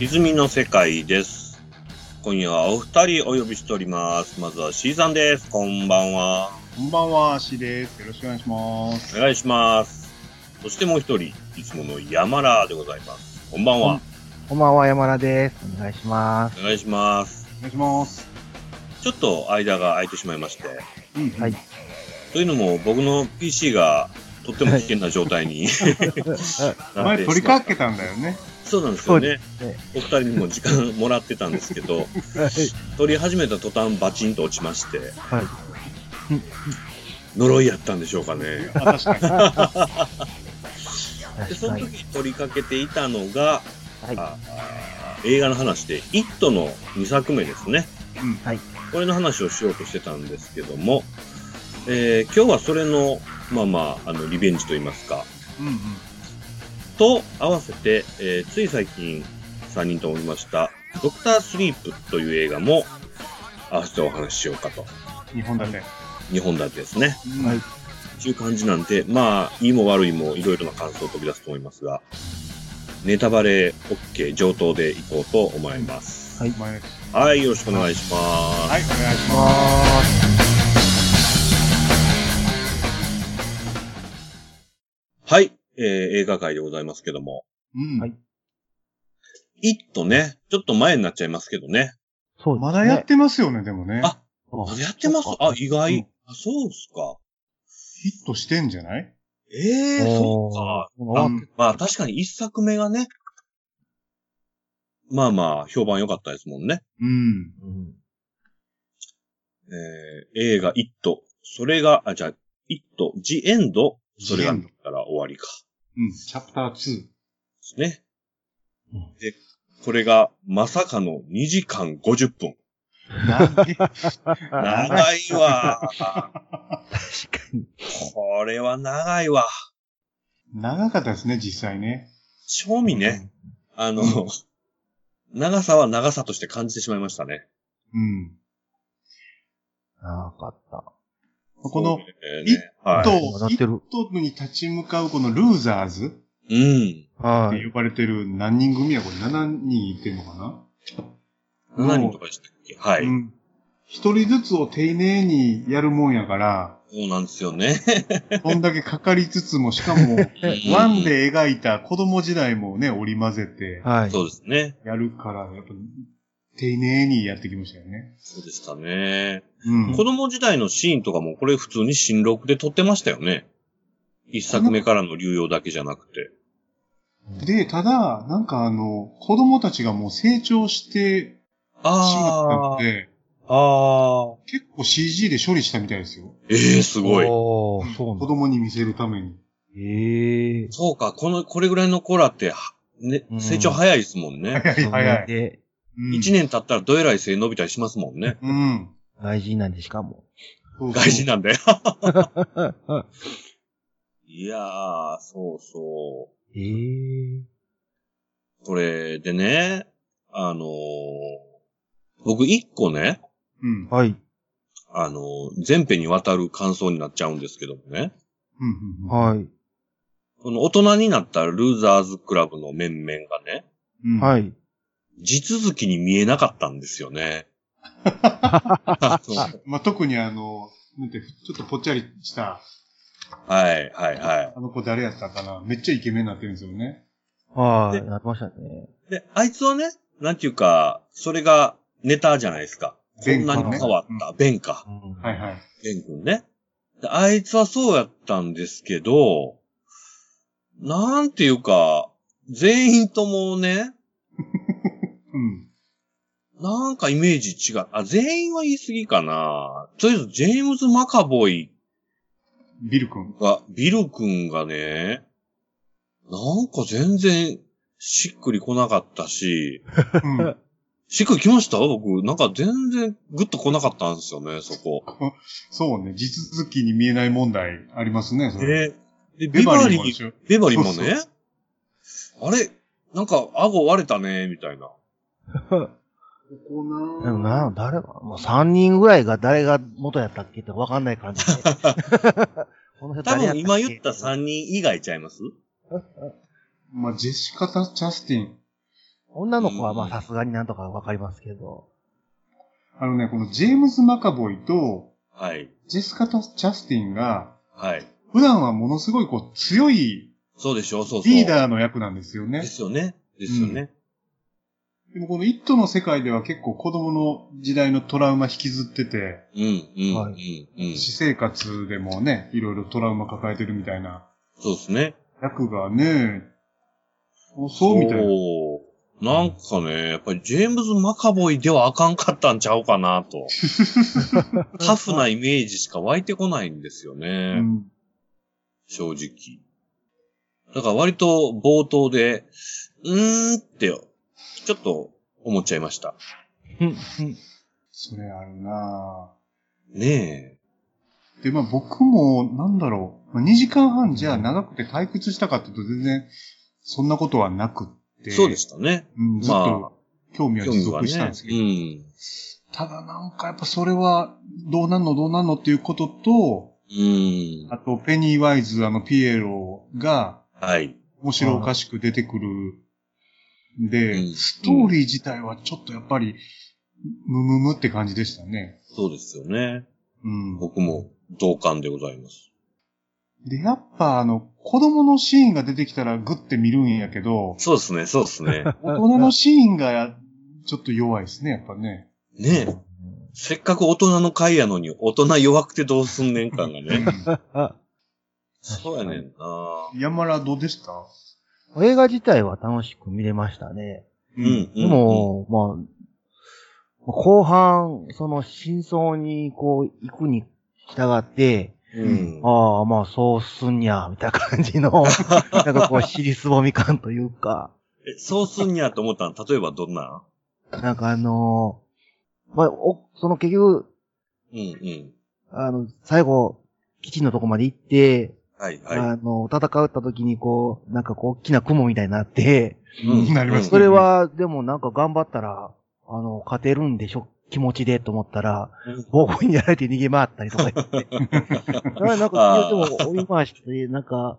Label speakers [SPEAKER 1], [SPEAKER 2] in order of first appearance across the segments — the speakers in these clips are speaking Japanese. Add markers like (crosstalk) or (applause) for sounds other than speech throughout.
[SPEAKER 1] 歪みの世界です。今夜はお二人お呼びしております。まずは C さんです。こんばんは。
[SPEAKER 2] こんばんは、しです。よろしくお願いします。
[SPEAKER 1] お願いします。そしてもう一人、いつもの山らでございます。こんばんは。
[SPEAKER 3] こんばんは、山田です。お願いします。
[SPEAKER 1] お願いします。
[SPEAKER 2] お願いします。
[SPEAKER 1] ちょっと間が空いてしまいまして。
[SPEAKER 2] うん、
[SPEAKER 3] はい。
[SPEAKER 1] というのも僕の PC がとっても危険な状態に (laughs) なっ
[SPEAKER 2] 前
[SPEAKER 1] て
[SPEAKER 2] 取り
[SPEAKER 1] しまっ
[SPEAKER 2] かけたんだよね。
[SPEAKER 1] そうなんですよね
[SPEAKER 3] そうです。
[SPEAKER 1] お二人にも時間もらってたんですけど、取り始めた途端バチンと落ちまして、
[SPEAKER 3] はい。
[SPEAKER 1] 呪いやったんでしょうかね。
[SPEAKER 2] あ、確か
[SPEAKER 1] で
[SPEAKER 3] 確
[SPEAKER 1] そ
[SPEAKER 3] か
[SPEAKER 1] の
[SPEAKER 3] に。
[SPEAKER 1] 時取りかけていたのが、
[SPEAKER 3] はい
[SPEAKER 1] ああ映画の話で「イット!」の2作目ですね、
[SPEAKER 2] うん
[SPEAKER 3] はい
[SPEAKER 1] これの話をしようとしてたんですけども、えー今日はそれのまあまああのリベンジといいますか
[SPEAKER 2] に。うん
[SPEAKER 1] と合わせて、えーつい最近3人とも見ました「ドクタースリープという映画も合わせてお話ししようかと
[SPEAKER 2] うん。日本だね。
[SPEAKER 1] 2本立てですね
[SPEAKER 2] うん
[SPEAKER 3] はい。
[SPEAKER 1] っていう感じなんで、まあ、いいも悪いもいろいろな感想を飛び出すと思いますが、ネタバレ OK 上等でいこうと思います。
[SPEAKER 3] はい。
[SPEAKER 2] 前です
[SPEAKER 1] はい、よろしくお願いします。
[SPEAKER 2] はい、お願いしま
[SPEAKER 3] あ
[SPEAKER 1] はい、えー映画界でございますけども、
[SPEAKER 2] す。うん。
[SPEAKER 3] はい
[SPEAKER 1] イットね、ちょっと前になっちゃいますけどね。
[SPEAKER 3] ーそうです
[SPEAKER 2] ま
[SPEAKER 3] ね。
[SPEAKER 2] だやってますよね、でもね。
[SPEAKER 1] あ
[SPEAKER 3] あ
[SPEAKER 1] あ、やってます
[SPEAKER 3] そっか
[SPEAKER 1] あ、意外。
[SPEAKER 2] うん
[SPEAKER 1] あ、そうっすか。
[SPEAKER 2] ヒットしてんじゃない
[SPEAKER 1] ええー、そうか。
[SPEAKER 3] もう終わっ
[SPEAKER 2] うん
[SPEAKER 1] まあ、確かに一作目がね、まあまあ、評判良かったですもんね。
[SPEAKER 2] うん。
[SPEAKER 3] うん
[SPEAKER 1] えー映画、イット。それが、あ、じゃあ、イット、ジエンド。それが、
[SPEAKER 2] The End
[SPEAKER 1] から終わりか。
[SPEAKER 2] うん。チャプター2。
[SPEAKER 3] (laughs)
[SPEAKER 1] ですね
[SPEAKER 3] うん。
[SPEAKER 1] で、これが、まさかの2時間50分。
[SPEAKER 2] 長い
[SPEAKER 3] あ
[SPEAKER 2] 長い
[SPEAKER 1] 長いわ。
[SPEAKER 3] 確かに。
[SPEAKER 1] これは長いわ。
[SPEAKER 2] 長かったですね、実際ね。
[SPEAKER 1] 正味ね、あの、長さは長さとして感じてしまいましたね。
[SPEAKER 2] うん。
[SPEAKER 3] 長かった。
[SPEAKER 2] この、
[SPEAKER 1] えーねは
[SPEAKER 2] と
[SPEAKER 1] い。
[SPEAKER 3] もう鳴ってる。
[SPEAKER 2] トップに立ち向かうこのルーザーズっ
[SPEAKER 1] うん。
[SPEAKER 3] は
[SPEAKER 2] て
[SPEAKER 3] い。
[SPEAKER 2] 呼ばれてる何人組やこれ7人いてんのかな
[SPEAKER 1] 7人とかでしたっけはい。
[SPEAKER 2] うん。一人ずつを丁寧にやるもんや (laughs) から、
[SPEAKER 1] そうなんですよね。
[SPEAKER 2] こんだけかかりつつも、しかも、 (laughs) ワンで描いた子供時代もね、織り交ぜて
[SPEAKER 1] う
[SPEAKER 3] は
[SPEAKER 1] ん。
[SPEAKER 3] い。
[SPEAKER 1] そうですね。
[SPEAKER 2] やるから、やっぱ、丁寧にやってきましたよね。
[SPEAKER 1] そうでしたね。
[SPEAKER 2] うん。
[SPEAKER 1] 子供時代のシーンとかもこれ普通に新録で撮ってましたよね。一作目からの流用だけじゃなくて。
[SPEAKER 2] で、ただ、なんかあの、子供たちがもう成長してしま
[SPEAKER 1] あ
[SPEAKER 2] っ
[SPEAKER 1] あ
[SPEAKER 2] たの。で、
[SPEAKER 1] ああ。
[SPEAKER 2] 結構 CG で処理したみたいですよ。
[SPEAKER 1] ええすごい。
[SPEAKER 3] おー、そう
[SPEAKER 2] 子
[SPEAKER 3] なん
[SPEAKER 2] 供に見せるために。
[SPEAKER 3] ええ。
[SPEAKER 1] そうか、この、これぐらいの子らって、はね
[SPEAKER 3] う、ん
[SPEAKER 1] 成長早いですもんね。
[SPEAKER 2] 早い早い。
[SPEAKER 3] で、
[SPEAKER 2] うん
[SPEAKER 1] 一、年経ったらどえらい背伸びたりしますもんね。
[SPEAKER 2] うん。
[SPEAKER 3] 外人なんでしかも。
[SPEAKER 2] そうそう
[SPEAKER 1] 外人なんだよ。
[SPEAKER 3] は
[SPEAKER 1] はいやー、そうそ
[SPEAKER 3] いええ。
[SPEAKER 1] う。これでね、あのー僕一個ね、
[SPEAKER 2] うん。
[SPEAKER 3] はい。
[SPEAKER 1] あのー前編にわたる感想になっちゃうんですけどもね。
[SPEAKER 2] うんうんうん
[SPEAKER 3] はい。
[SPEAKER 1] この大人になったルーザーズクラブの面々がね、
[SPEAKER 2] うん
[SPEAKER 3] はい。
[SPEAKER 1] 地続きに見えなかったんですよね。あの
[SPEAKER 2] まあ、特にあの、なんて、ちょっとぽっちゃりした、
[SPEAKER 1] はい、はい、は
[SPEAKER 2] あの子誰やったかなめっちゃイケメンになってるんですよね。
[SPEAKER 3] はい
[SPEAKER 1] で。
[SPEAKER 3] なってましたね。
[SPEAKER 1] い。で、あいつはね、なんていうか、それがネタじゃないですか。こ
[SPEAKER 2] ベ
[SPEAKER 1] ん
[SPEAKER 2] ン
[SPEAKER 1] な
[SPEAKER 2] かね
[SPEAKER 1] に変わった。ベンか。
[SPEAKER 3] は
[SPEAKER 2] はいはい。
[SPEAKER 1] ベン君ね。で、あいつはそうやったんですけど、なんていうか、全員ともね、
[SPEAKER 2] うん。
[SPEAKER 1] なんかイメージ違う。あ、全員は言い過ぎかな。とりあえず、ジェームズ・マカボイ
[SPEAKER 2] ビル君。
[SPEAKER 1] が、ビル君がね、なんか全然しっくり来なかったし、 (laughs)
[SPEAKER 2] うん。
[SPEAKER 1] しっくり来ました僕、なんか全然グッと来なかったんですよね、そこ。
[SPEAKER 2] そうね。地続きに見えない問題ありますね、それ。
[SPEAKER 1] で、で
[SPEAKER 2] ベ
[SPEAKER 1] ビ
[SPEAKER 2] バ
[SPEAKER 1] バリ
[SPEAKER 2] リーもで
[SPEAKER 1] ー、
[SPEAKER 2] しょ。
[SPEAKER 1] ビバリーも
[SPEAKER 2] そう
[SPEAKER 1] ね、あれ、なんか顎割れたね、みたいな。
[SPEAKER 2] ここ
[SPEAKER 3] でも
[SPEAKER 2] な
[SPEAKER 3] な、誰が、もう3人ぐらいが誰が元やったっけってわかんない
[SPEAKER 1] (laughs)
[SPEAKER 3] 感じで。この
[SPEAKER 1] 多
[SPEAKER 3] 人誰やっ
[SPEAKER 1] 分
[SPEAKER 3] たっけ
[SPEAKER 1] 今言った3人以外ちゃいます
[SPEAKER 2] まあ、ジェシカ・タ・ジャスティン。
[SPEAKER 3] 女の子はま
[SPEAKER 1] う
[SPEAKER 3] あ
[SPEAKER 1] ん
[SPEAKER 3] さすがになんとかわかりますけど。
[SPEAKER 2] あのね、このジェームズ・マカボイと
[SPEAKER 1] はい。
[SPEAKER 2] ジェスカとジャスティンが、
[SPEAKER 1] はい。
[SPEAKER 2] 普段はものすごいこう強い
[SPEAKER 1] そうでしょう、そうそう。
[SPEAKER 2] リーダーの役なんですよ
[SPEAKER 1] で
[SPEAKER 2] ね。
[SPEAKER 1] すよね。ですよね。
[SPEAKER 2] でもこのイットの世界では結構子供の時代のトラウマ引きずってて、
[SPEAKER 1] うん、うん、うん、う
[SPEAKER 3] は
[SPEAKER 1] ん。
[SPEAKER 2] 私生活でもね、いろいろトラウマ抱えてるみたいな
[SPEAKER 1] そうですね。
[SPEAKER 2] 役がね、そうみたいな。
[SPEAKER 1] そうなんかね、やっぱりジェームズ・マカボイではあかんかったんちゃうかな
[SPEAKER 2] (laughs)
[SPEAKER 1] と。タフなイメージしか湧いてこないんですよね。
[SPEAKER 2] うん
[SPEAKER 1] 正直。だから割と冒頭で、うーんって、ちょっと思っちゃいました。
[SPEAKER 3] ふんふん
[SPEAKER 2] それあるな
[SPEAKER 1] ね
[SPEAKER 2] ぁで、まあ僕も、なんだろう、まあ、2時間半じゃ長くて退屈したかっていうと全然、そんなことはなくっ
[SPEAKER 1] え。
[SPEAKER 2] て。
[SPEAKER 1] そうでしたね。
[SPEAKER 2] うん、ずっ
[SPEAKER 1] ま
[SPEAKER 2] と興味は
[SPEAKER 1] 興
[SPEAKER 2] 持
[SPEAKER 1] 味は
[SPEAKER 2] 続
[SPEAKER 1] ね。
[SPEAKER 2] したんですけ
[SPEAKER 1] う
[SPEAKER 2] ど。
[SPEAKER 1] ん。
[SPEAKER 2] ただなんかやっぱそれは、どうなんのどうなんのっていうことと、
[SPEAKER 1] うん。
[SPEAKER 2] あと、ペニー・ワイズ、あの、ピエロが、
[SPEAKER 1] はい。
[SPEAKER 2] 面白おかしく出てくるんで、
[SPEAKER 1] うん
[SPEAKER 2] ストーリー自体はちょっとやっぱり、むむむって感じでしたね。
[SPEAKER 1] そうですよね。
[SPEAKER 2] うん。
[SPEAKER 1] 僕も同感でございます。
[SPEAKER 2] で、やっぱあの、子供のシーンが出てきたらグッて見るんやけど、
[SPEAKER 1] そうですね、そうです (laughs) ね。
[SPEAKER 2] 大人のシーンがちょっと弱いですね、やっぱね。
[SPEAKER 1] ねえ。せっかく大人の会やのに、大人弱くてどうすんねん感が (laughs) ね。
[SPEAKER 3] あ
[SPEAKER 1] そうやねんな
[SPEAKER 2] 山ラどうでした
[SPEAKER 3] 映画自体は楽しく見れましたね。
[SPEAKER 1] うん。うん。
[SPEAKER 3] でも、まあ、後半、その真相にこう行くに従って、
[SPEAKER 1] うん、
[SPEAKER 3] ああ、まあそうすんにゃ、みたいな感じの、 (laughs) なんかこう、尻すぼみ感というか、
[SPEAKER 1] えそうすんにゃと思ったの、例えばどんな
[SPEAKER 3] なんかあのーまあ、お、その結局、
[SPEAKER 1] うんうん。
[SPEAKER 3] あの、最後、基地のとこまで行って、
[SPEAKER 1] はいは
[SPEAKER 3] あの、戦った時にこう、なんかこう、大きな雲みたいになって、
[SPEAKER 1] い。うん
[SPEAKER 2] なります
[SPEAKER 3] それは、でもなんか頑張ったら、あの、勝てるんでしょ、気持ちでと思ったら、
[SPEAKER 1] うん
[SPEAKER 3] 暴行にやられて逃げ回ったりとか言っ
[SPEAKER 1] (laughs)
[SPEAKER 3] て。なんか、
[SPEAKER 1] あ
[SPEAKER 3] で
[SPEAKER 1] ー
[SPEAKER 3] も追い回して、なんか、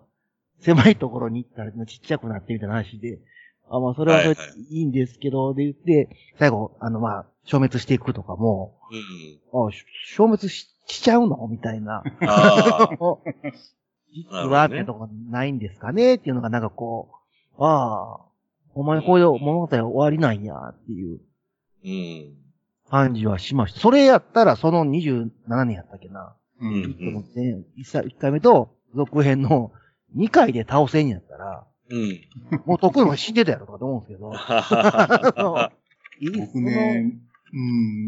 [SPEAKER 3] 狭いところに行ったらちっちゃくなってみたいな話で、あ、まあそれはそれで
[SPEAKER 1] はいはい
[SPEAKER 3] いんですけど、で言って、最後、あのまあ、消滅していくとかも、
[SPEAKER 1] うん
[SPEAKER 3] あし消滅ししちゃうのみた
[SPEAKER 1] (laughs)
[SPEAKER 3] いな。
[SPEAKER 1] ああ、
[SPEAKER 3] もう実はってとこないんですかねっていうのがなんかこう、ああ、お前こういう物語終わりなんやっていう
[SPEAKER 1] うん。
[SPEAKER 3] 感じはしました。それやったらその27年やったっけな。
[SPEAKER 2] うん
[SPEAKER 1] う
[SPEAKER 3] うんん、1回目と続編の2回で倒せんやったら、
[SPEAKER 1] うん。 (laughs)
[SPEAKER 3] もう得意も死んでたやろとかと思うんですけど。あのいい
[SPEAKER 2] 僕ね、う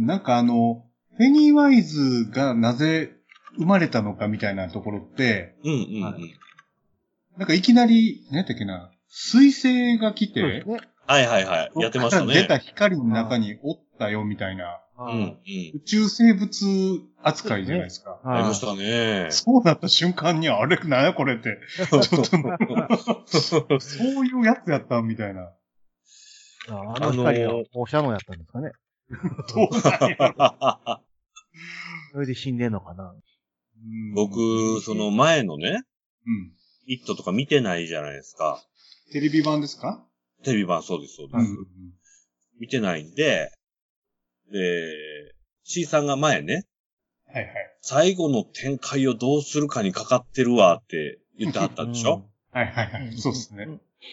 [SPEAKER 2] ん、なんかあの、フェニー・ワイズがなぜ生まれたのかみたいなところって、
[SPEAKER 1] うんうんう
[SPEAKER 3] はい
[SPEAKER 1] ん。
[SPEAKER 2] なんかいきなり、何やったっけな、彗星が来
[SPEAKER 3] そのそうで
[SPEAKER 2] て
[SPEAKER 3] す、ね。
[SPEAKER 1] はいはいはい。やってました
[SPEAKER 2] そこから出た
[SPEAKER 1] ね。
[SPEAKER 2] 光の中におったよみたいな、
[SPEAKER 1] う
[SPEAKER 3] は
[SPEAKER 1] ん
[SPEAKER 3] い
[SPEAKER 1] うん。
[SPEAKER 2] 宇宙生物扱いじゃないですか。
[SPEAKER 1] あ
[SPEAKER 3] はい
[SPEAKER 1] りました (laughs) ね。
[SPEAKER 2] そうなった瞬間に、あれ、なんやこれって、ちょっとな、そういうやつやったみたいな。
[SPEAKER 3] あの光が放射能やったんですかね。
[SPEAKER 2] どうなんや
[SPEAKER 3] それで死んでんのかな。
[SPEAKER 2] うん
[SPEAKER 1] 僕、その前のね、
[SPEAKER 2] うん。
[SPEAKER 1] イットとか見てないじゃないですか。
[SPEAKER 2] テレビ版ですか
[SPEAKER 1] テレビ版そうです、そうで
[SPEAKER 2] う
[SPEAKER 1] す。
[SPEAKER 2] ん。
[SPEAKER 1] 見てないんで、で、C さんが前ね、
[SPEAKER 2] はいはい。
[SPEAKER 1] 最後の展開をどうするかにかかってるわって言ってはったでしょ、
[SPEAKER 2] はいはいはい。そうですね。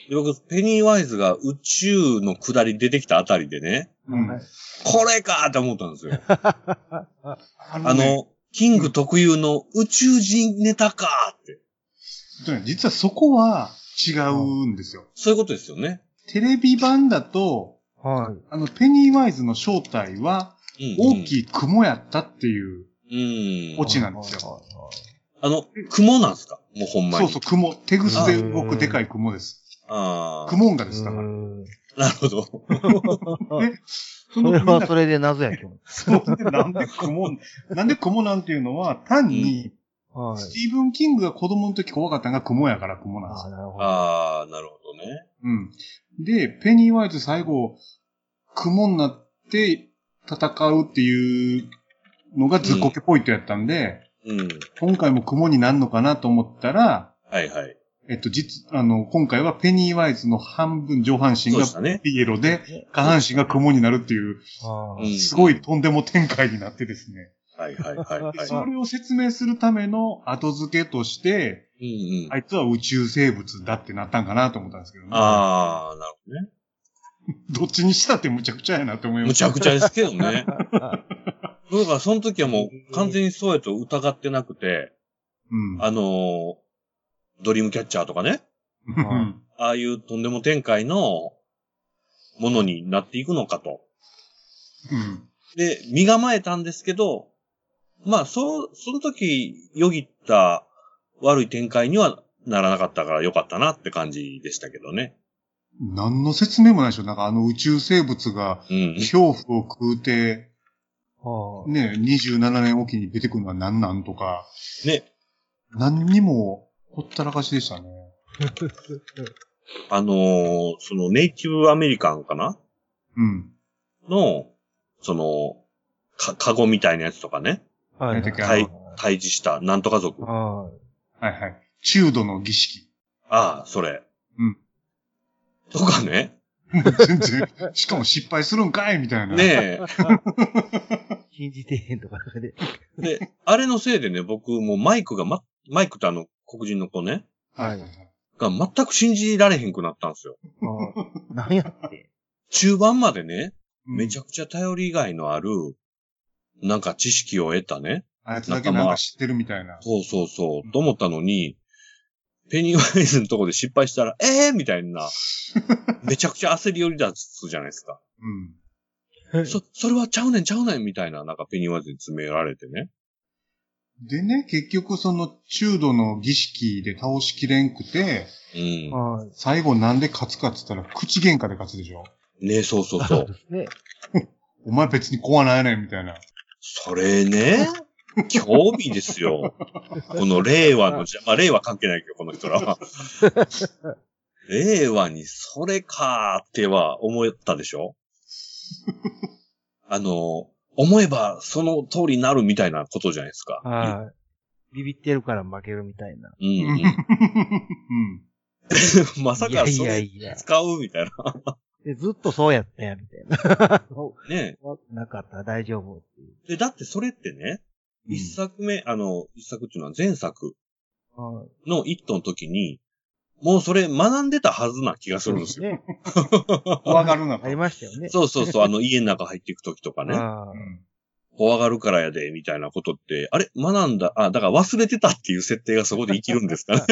[SPEAKER 1] で僕、ペニーワイズが宇宙の下り出てきたあたりでね、
[SPEAKER 2] うん
[SPEAKER 3] はい
[SPEAKER 1] これかーって思ったんですよ。
[SPEAKER 2] あ
[SPEAKER 1] あ
[SPEAKER 2] のね、
[SPEAKER 1] の、キング特有の宇宙人ネタかーって。
[SPEAKER 2] 実はそこは違うんですよ。
[SPEAKER 1] そういうことですよね。
[SPEAKER 2] テレビ版だと、
[SPEAKER 3] はい。
[SPEAKER 2] あの、ペニーワイズの正体は、
[SPEAKER 1] うん
[SPEAKER 2] 大
[SPEAKER 1] い。
[SPEAKER 2] きい雲やったっていう、
[SPEAKER 1] うん。
[SPEAKER 2] 落ちなんです
[SPEAKER 3] よ。
[SPEAKER 1] あの、雲なんですかもうほんま
[SPEAKER 2] そう
[SPEAKER 1] に。
[SPEAKER 2] そう
[SPEAKER 1] う、
[SPEAKER 2] 雲、手ぐすで動くでかい雲です。
[SPEAKER 1] そう。ああ。
[SPEAKER 2] 雲ンガです、だから。
[SPEAKER 1] なるほど。
[SPEAKER 2] そ
[SPEAKER 3] そ
[SPEAKER 2] の
[SPEAKER 3] れ
[SPEAKER 2] みんな
[SPEAKER 3] はそれで謎やけど。
[SPEAKER 2] そうねなんで雲、 (laughs) なんで雲なんていうのは、単に、
[SPEAKER 3] はい
[SPEAKER 2] ス。ティーブン・キングが子供の時怖かったのが雲やから雲なんです
[SPEAKER 3] ああ、
[SPEAKER 2] よ。
[SPEAKER 3] なるほど。
[SPEAKER 1] ああ、なるほどね。
[SPEAKER 2] うん。で、ペニー・ワイズ最後、雲になって戦うっていうのがズッコケポイントやったんで、
[SPEAKER 1] うん。
[SPEAKER 2] 今回も雲になるのかなと思ったら、
[SPEAKER 1] はいはい。
[SPEAKER 2] えっと、実、あの、今回はペニーワイズの半分、上半
[SPEAKER 1] そ
[SPEAKER 2] 身
[SPEAKER 1] う
[SPEAKER 2] が
[SPEAKER 1] でしたね。
[SPEAKER 2] ピエロで、下半身が雲になるっていう、
[SPEAKER 3] あ
[SPEAKER 1] うん
[SPEAKER 2] すごいとんでも展開になってですね。
[SPEAKER 1] はいはいはいはい。
[SPEAKER 2] でそれを説明するための後付けとして、
[SPEAKER 1] うんうん。
[SPEAKER 2] あいつは宇宙生物だってなったんかなと思ったんですけどね。
[SPEAKER 1] ああ、なるほどね。
[SPEAKER 2] どっちにしたってむちゃくちゃやなって思いま
[SPEAKER 1] む
[SPEAKER 2] し
[SPEAKER 1] ち
[SPEAKER 2] た。
[SPEAKER 1] ゃくちゃですけどね。
[SPEAKER 3] あ。
[SPEAKER 1] だからその時はもう完全にそうやと疑ってなくて、
[SPEAKER 2] うん。
[SPEAKER 1] あのードリームキャッチャーとかね、
[SPEAKER 2] うん
[SPEAKER 1] ああいうとんでも展開のものになっていくのかと。
[SPEAKER 2] うん。
[SPEAKER 1] で、身構えたんですけど、まあ、そう、その時、よぎった悪い展開にはならなかったから良かったなって感じでしたけどね。
[SPEAKER 2] 何の説明もないでしょ。なんかあの宇宙生物が
[SPEAKER 1] うん。
[SPEAKER 2] 恐怖を食うて、
[SPEAKER 3] あ (laughs)
[SPEAKER 2] ね、27年おきに出てくるのは何なんとか、
[SPEAKER 1] ね、
[SPEAKER 2] 何にもほったらかしでしたね。
[SPEAKER 1] あのーそのネイティブアメリカンかな
[SPEAKER 2] うん。
[SPEAKER 1] の、その、か、カゴみたいなやつとかね、
[SPEAKER 3] はいはい。
[SPEAKER 2] は
[SPEAKER 1] はいい退治したなんとか族。あ
[SPEAKER 3] は
[SPEAKER 2] はいはい。中度の儀式。
[SPEAKER 1] あ、それ。
[SPEAKER 2] うん。
[SPEAKER 1] とかね。
[SPEAKER 2] 全然、しかも失敗するんかいみたいな。
[SPEAKER 1] ね
[SPEAKER 3] い。信じてへんとかで。
[SPEAKER 1] え。で、あれのせいでね、僕もうマイクがま、マイクってあの、黒人の子ね、
[SPEAKER 2] はいはい。
[SPEAKER 1] が全く信じられへんくなったんですよ。
[SPEAKER 3] うん何やって。
[SPEAKER 1] 中盤までね、め
[SPEAKER 2] め
[SPEAKER 1] ち
[SPEAKER 2] ちゃ
[SPEAKER 1] ゃくちゃ頼り以外のある、なんか知識を得たね。
[SPEAKER 2] あいつだけなんか知ってるみたいな。
[SPEAKER 1] そうそうそう、と思ったのに、ペニーワイズのとこで失敗
[SPEAKER 2] (laughs)
[SPEAKER 1] したら、ええー、みたいな、めちゃくちゃ焦り寄りだすじゃないですか。
[SPEAKER 2] うん。
[SPEAKER 1] そ、それはちゃうねんちゃうねんみたいな、なんかペニーワイズに詰められてね。
[SPEAKER 2] でね、結局その中度の儀式で倒しきれんくて、
[SPEAKER 1] う
[SPEAKER 3] はい。
[SPEAKER 2] 最後なんで勝つかって言ったら口喧嘩で勝つでしょ。
[SPEAKER 1] ん。ねそうそうそう。
[SPEAKER 3] ですね。
[SPEAKER 2] お前別に怖ないねんみたいな。
[SPEAKER 1] それ
[SPEAKER 3] (laughs)
[SPEAKER 1] ね、興味ですよ。この令和
[SPEAKER 3] (laughs)
[SPEAKER 1] の時代、まあ令和関係ないけど、この人らは。令和にそれかーっては思ったでし
[SPEAKER 3] (laughs)
[SPEAKER 1] ょあの、思えばその通りになるみたいなことじゃないですか。
[SPEAKER 3] はい。ビビってるから負けるみたいな。
[SPEAKER 1] うん
[SPEAKER 2] う。
[SPEAKER 1] うんん、 (laughs) まさ
[SPEAKER 3] いや
[SPEAKER 1] か
[SPEAKER 3] い
[SPEAKER 1] そ
[SPEAKER 3] や
[SPEAKER 1] れ
[SPEAKER 3] いや。
[SPEAKER 1] 使うみたいな。
[SPEAKER 3] でずっとそうやったやん、みたいな。 (laughs) そ
[SPEAKER 1] ね
[SPEAKER 3] うなかったら大丈夫っていう。
[SPEAKER 1] で、だってそれってね、
[SPEAKER 2] うん
[SPEAKER 1] 一作目、あの、一作っていうのは前作
[SPEAKER 3] はい
[SPEAKER 1] の一頭の時に、もうそれ学んでたはずな気がするんですよ。
[SPEAKER 3] ね。 (laughs)
[SPEAKER 2] 怖がるなと。
[SPEAKER 3] ありましたよね。
[SPEAKER 1] そうそうそう、あの、家の中入っていくときとか
[SPEAKER 3] う
[SPEAKER 1] ね、
[SPEAKER 3] ね。
[SPEAKER 1] 怖がるからやで、みたいなことって、あれ学んだ、あ、だから忘れてたっていう設定がそこで生きるんです
[SPEAKER 2] (laughs)
[SPEAKER 1] かね。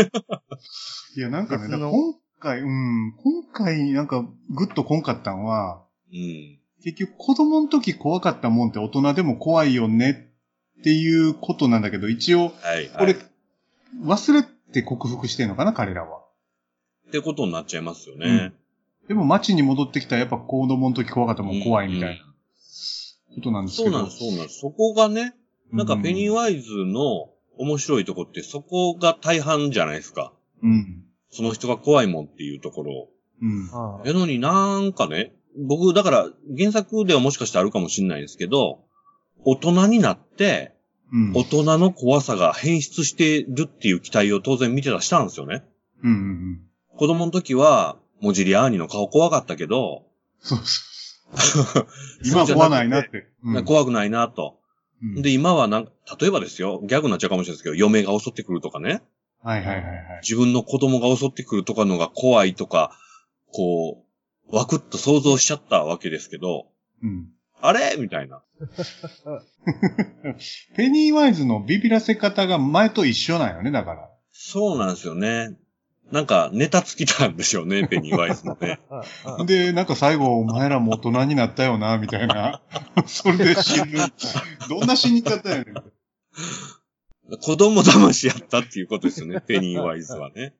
[SPEAKER 2] いや、なんかね、
[SPEAKER 3] 別
[SPEAKER 2] だ
[SPEAKER 3] の
[SPEAKER 2] から今回、うん、今回なんかグッとこんかったんは、
[SPEAKER 1] うん。
[SPEAKER 2] 結局子供の時怖かったもんって大人でも怖いよねっていうことなんだけど、一応、
[SPEAKER 1] はい、
[SPEAKER 2] こ
[SPEAKER 1] は
[SPEAKER 2] れ、
[SPEAKER 1] い。っ
[SPEAKER 2] 忘れて克服してんのかな、彼らは。
[SPEAKER 1] てことになっちゃいますよね。
[SPEAKER 2] でも街に戻ってきたらやっぱ子供の時怖かったもん怖いみたいな
[SPEAKER 1] な。
[SPEAKER 2] ことなんですけ
[SPEAKER 1] そう
[SPEAKER 2] ど。
[SPEAKER 1] なんです、そうなんです。そこがね、なんかペニー
[SPEAKER 2] は。
[SPEAKER 1] ワイズの面白いとこってそこが大半じゃないですか。
[SPEAKER 2] うん。
[SPEAKER 1] その人が怖いもんっていうところ。
[SPEAKER 2] うん。
[SPEAKER 3] は
[SPEAKER 1] やのになんかね、僕、だから原作ではもしかしてあるかもしれないですけど、大人になって、
[SPEAKER 2] うん。
[SPEAKER 1] 大人の怖さが変質してるっていう期待を当然見てたしたんですよね。
[SPEAKER 2] うんうんうん。
[SPEAKER 1] 子供の時は、もじりアーニの顔怖かったけど、
[SPEAKER 2] そうそう。今怖ないなって。うん
[SPEAKER 1] (laughs) 怖くないなと。
[SPEAKER 2] うん
[SPEAKER 1] で、今はなんか、例えばですよ、ギャグになっちゃうかもしれないですけど、嫁が襲ってくるとかね、
[SPEAKER 2] はいはいはいはい。
[SPEAKER 1] 自分の子供が襲ってくるとかのが怖いとか、こう、ワクッと想像しちゃったわけですけど、
[SPEAKER 2] うん。
[SPEAKER 1] あれみたいな。
[SPEAKER 2] ペニーワイズのビビらせ方が前と一緒なんよね、だから。
[SPEAKER 1] そうなんですよね。なんか、ネタ尽きたんでしょう
[SPEAKER 2] (laughs)
[SPEAKER 1] ね、ペニーワイズもね。
[SPEAKER 3] あはあは
[SPEAKER 2] で、なんか最後、お前らも大人になったよな、みたいな。 (laughs) それで死ぬ。どんな死に方やねん。
[SPEAKER 1] 子供騙しやったっていうことですよね、ペニーワイズはね。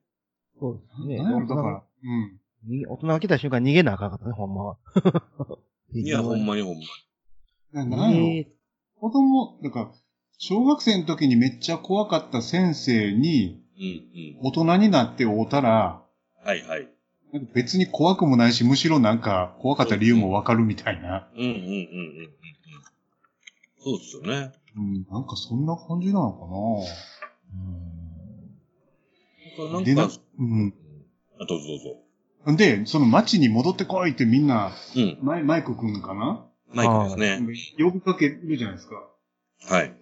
[SPEAKER 3] そうですね。
[SPEAKER 2] なんやろ、だから。うん。
[SPEAKER 3] に大人が来た瞬間逃げなあかんかったね、ほんまは。
[SPEAKER 1] いや、ほんまにほんまに。
[SPEAKER 2] な
[SPEAKER 3] に。
[SPEAKER 2] なんやろ。
[SPEAKER 3] え
[SPEAKER 2] 子供、だから、小学生の時にめっちゃ怖かった先生に、
[SPEAKER 1] うん
[SPEAKER 2] 大人になって会うたら、
[SPEAKER 1] うん。はいはい。
[SPEAKER 2] なんか別に怖くもないし、むしろなんか怖かった理由もわかるみたいな。
[SPEAKER 1] うんうんうんうんうんうん。そうですよね。
[SPEAKER 2] うん、なんかそんな感じなのかな
[SPEAKER 3] ー
[SPEAKER 1] これな
[SPEAKER 3] うん
[SPEAKER 1] ん
[SPEAKER 2] でな
[SPEAKER 1] か、
[SPEAKER 2] うん。
[SPEAKER 1] あ、どうぞどうぞ。
[SPEAKER 2] で、その町に戻ってこいってみんな、
[SPEAKER 1] うん。
[SPEAKER 2] マイマイク君かな
[SPEAKER 1] マイクですね。
[SPEAKER 2] 呼びかけるじゃないですか。
[SPEAKER 1] はい。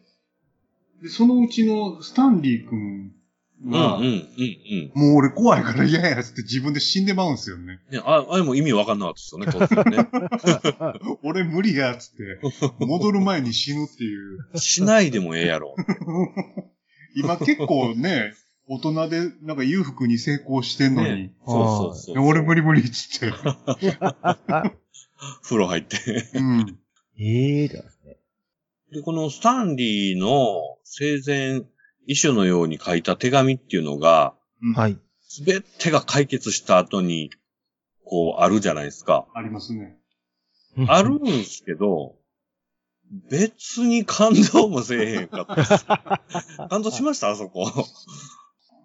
[SPEAKER 2] で、そのうちのスタンリー君
[SPEAKER 1] うんうん
[SPEAKER 2] が、
[SPEAKER 1] うんうん。
[SPEAKER 2] もう俺怖いから嫌やっつって自分で死んでまうんすよね。
[SPEAKER 1] ね、あ、あれも意味わかんなかったですよね、当然ね。
[SPEAKER 2] (laughs) 俺無理やっつ
[SPEAKER 1] (laughs)
[SPEAKER 2] って、戻る前に死ぬっていう。 (laughs)
[SPEAKER 1] しないでもええやろ。
[SPEAKER 2] 今結構ね、大人でなんか裕福に成功してんのに、
[SPEAKER 1] ねそうそうそう。
[SPEAKER 2] 俺無理無理っつって。
[SPEAKER 1] 風呂入って。
[SPEAKER 2] うん。
[SPEAKER 3] ええー、だね。
[SPEAKER 1] で、このスタンリーの生前、遺書のように書いた手紙っていうのが、
[SPEAKER 2] うん
[SPEAKER 3] はい。
[SPEAKER 1] すべてが解決した後に、こう、あるじゃないですか。
[SPEAKER 2] ありますね。
[SPEAKER 1] あるんですけど、別に感動もせえへんかったです。感動しましたあそこ。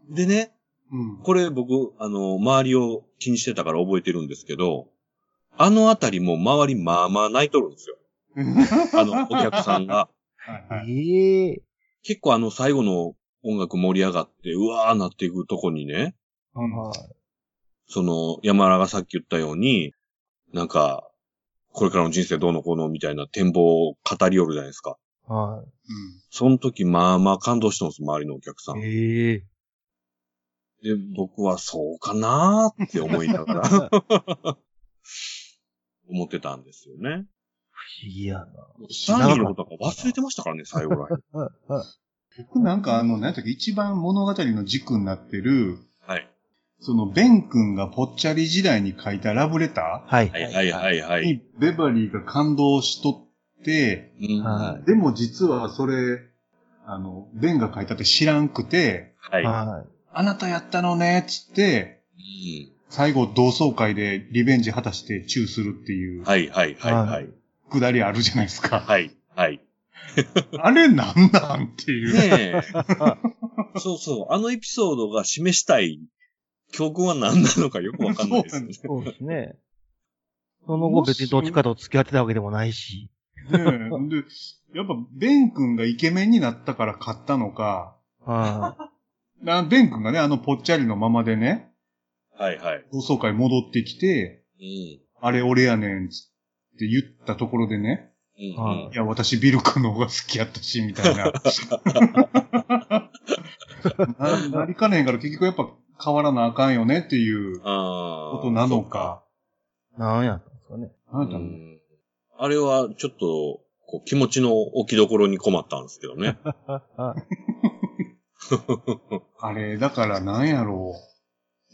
[SPEAKER 1] でね、 (laughs)
[SPEAKER 2] うん。
[SPEAKER 1] これ僕、あの、周りを気にしてたから覚えてるんですけど、あのあたりも周りまあまあ泣いとるんですよ。あの、お客さんが。
[SPEAKER 2] はいはい。
[SPEAKER 3] ええ
[SPEAKER 1] 結構あの最後の音楽盛り上がって、うわーなっていくとこにね、
[SPEAKER 2] うん
[SPEAKER 3] ー。はい。
[SPEAKER 1] その、山田がさっき言ったように、なんか、これからの人生どうのこうのみたいな展望を語り寄るじゃないですか。
[SPEAKER 3] は
[SPEAKER 1] その時、まあまあ感動したんです、周りのお客さん。
[SPEAKER 3] い。
[SPEAKER 1] で、
[SPEAKER 3] ええ
[SPEAKER 1] 僕はそうかなーって思いながら、思ってたんですよね。
[SPEAKER 3] 不思議やな。
[SPEAKER 1] サンリーのことなんか忘れてましたからね、最後らへ
[SPEAKER 3] (laughs)
[SPEAKER 1] ん。
[SPEAKER 2] 僕なんかあの、何やったっけ、一番物語の軸になってる、
[SPEAKER 1] はい。
[SPEAKER 2] その、ベン君がぽっちゃり時代に書いたラブレタ
[SPEAKER 3] はい。
[SPEAKER 1] はいはいは。いは
[SPEAKER 2] ー
[SPEAKER 1] い。
[SPEAKER 2] にベバリーが感動しとって、
[SPEAKER 1] うん
[SPEAKER 3] は
[SPEAKER 2] でも実はそれ、あの、ベンが書いたって知らんくて、
[SPEAKER 1] はい。
[SPEAKER 3] は
[SPEAKER 2] あなたやったのね、つって、
[SPEAKER 1] うん
[SPEAKER 2] 最後同窓会でリベンジ果たしてチューするっていう、
[SPEAKER 1] はいはいはいはい。
[SPEAKER 2] くだりあるじゃないですか。
[SPEAKER 1] はいはい。
[SPEAKER 2] あれなんなんっていう。
[SPEAKER 1] ねえ。 (laughs) そうそう。あのエピソードが示したい教訓は何なのかよくわかんないですね。
[SPEAKER 3] い。そうです
[SPEAKER 1] (laughs)
[SPEAKER 3] ね。その後別にどっちかと付き合ってたわけでもないし。
[SPEAKER 2] ねえで、やっぱ、ベン君がイケメンになったから買ったのか、
[SPEAKER 3] は
[SPEAKER 2] なベン君がね、あのぽっちゃりのままでね、
[SPEAKER 1] はいはい。
[SPEAKER 2] 同窓会戻ってきて、
[SPEAKER 1] うん。
[SPEAKER 2] あれ俺やねんつって言ったところでね、
[SPEAKER 1] うん
[SPEAKER 3] は
[SPEAKER 2] い
[SPEAKER 3] い
[SPEAKER 2] や、私ビル君の方が好きやったし、みたいな。ななりかねへんから結局やっぱ変わらなあかんよねっていうこ
[SPEAKER 1] ああ。
[SPEAKER 2] となのか。
[SPEAKER 3] い。なんやったんですかね。
[SPEAKER 2] なんだ
[SPEAKER 1] う
[SPEAKER 2] ろうん
[SPEAKER 1] あれはちょっと、こう気持ちの置きどころに困ったんですけど
[SPEAKER 2] (laughs)
[SPEAKER 1] ね。
[SPEAKER 3] はい。
[SPEAKER 2] あれ、だからなんやろ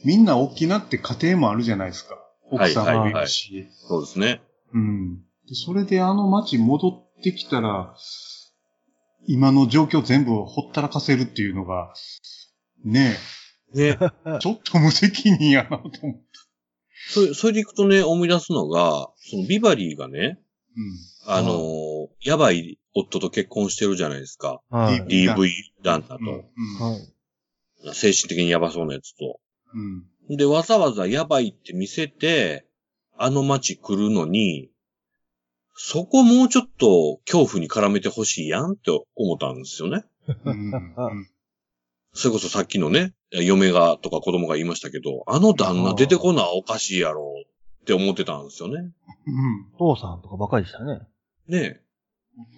[SPEAKER 2] う。みんな大きなって家庭もあるじゃないですか。奥さんもいるし。
[SPEAKER 1] そうですね。
[SPEAKER 2] うん。でそれであの街戻ってきたら、今の状況全部ほったらかせるっていうのが、ね
[SPEAKER 1] ね。
[SPEAKER 2] え、ちょっと無責任やなと思う。
[SPEAKER 1] それ、それでいくとね、思い出すのが、そのビバリーがね、あのーやばい夫と結婚してるじゃないですか。
[SPEAKER 3] は
[SPEAKER 2] う
[SPEAKER 3] い。
[SPEAKER 2] ん
[SPEAKER 1] DV 旦那
[SPEAKER 2] うん。うん
[SPEAKER 1] と。。
[SPEAKER 2] うん
[SPEAKER 3] はい。
[SPEAKER 1] 精神的にやばそうなやつと。
[SPEAKER 2] うん。
[SPEAKER 1] で、わざわざやばいって見せて、あの街来るのに、そこもうちょっと恐怖に絡めてほしいやんって思ったんですよね。
[SPEAKER 2] うん。うん
[SPEAKER 1] それこそさっきのね、嫁がとか子供が言いましたけど、あの旦那出てこなおかしいやろって思ってたんですよね。
[SPEAKER 2] うん
[SPEAKER 3] お父さんとかばかりでしたね。
[SPEAKER 1] ね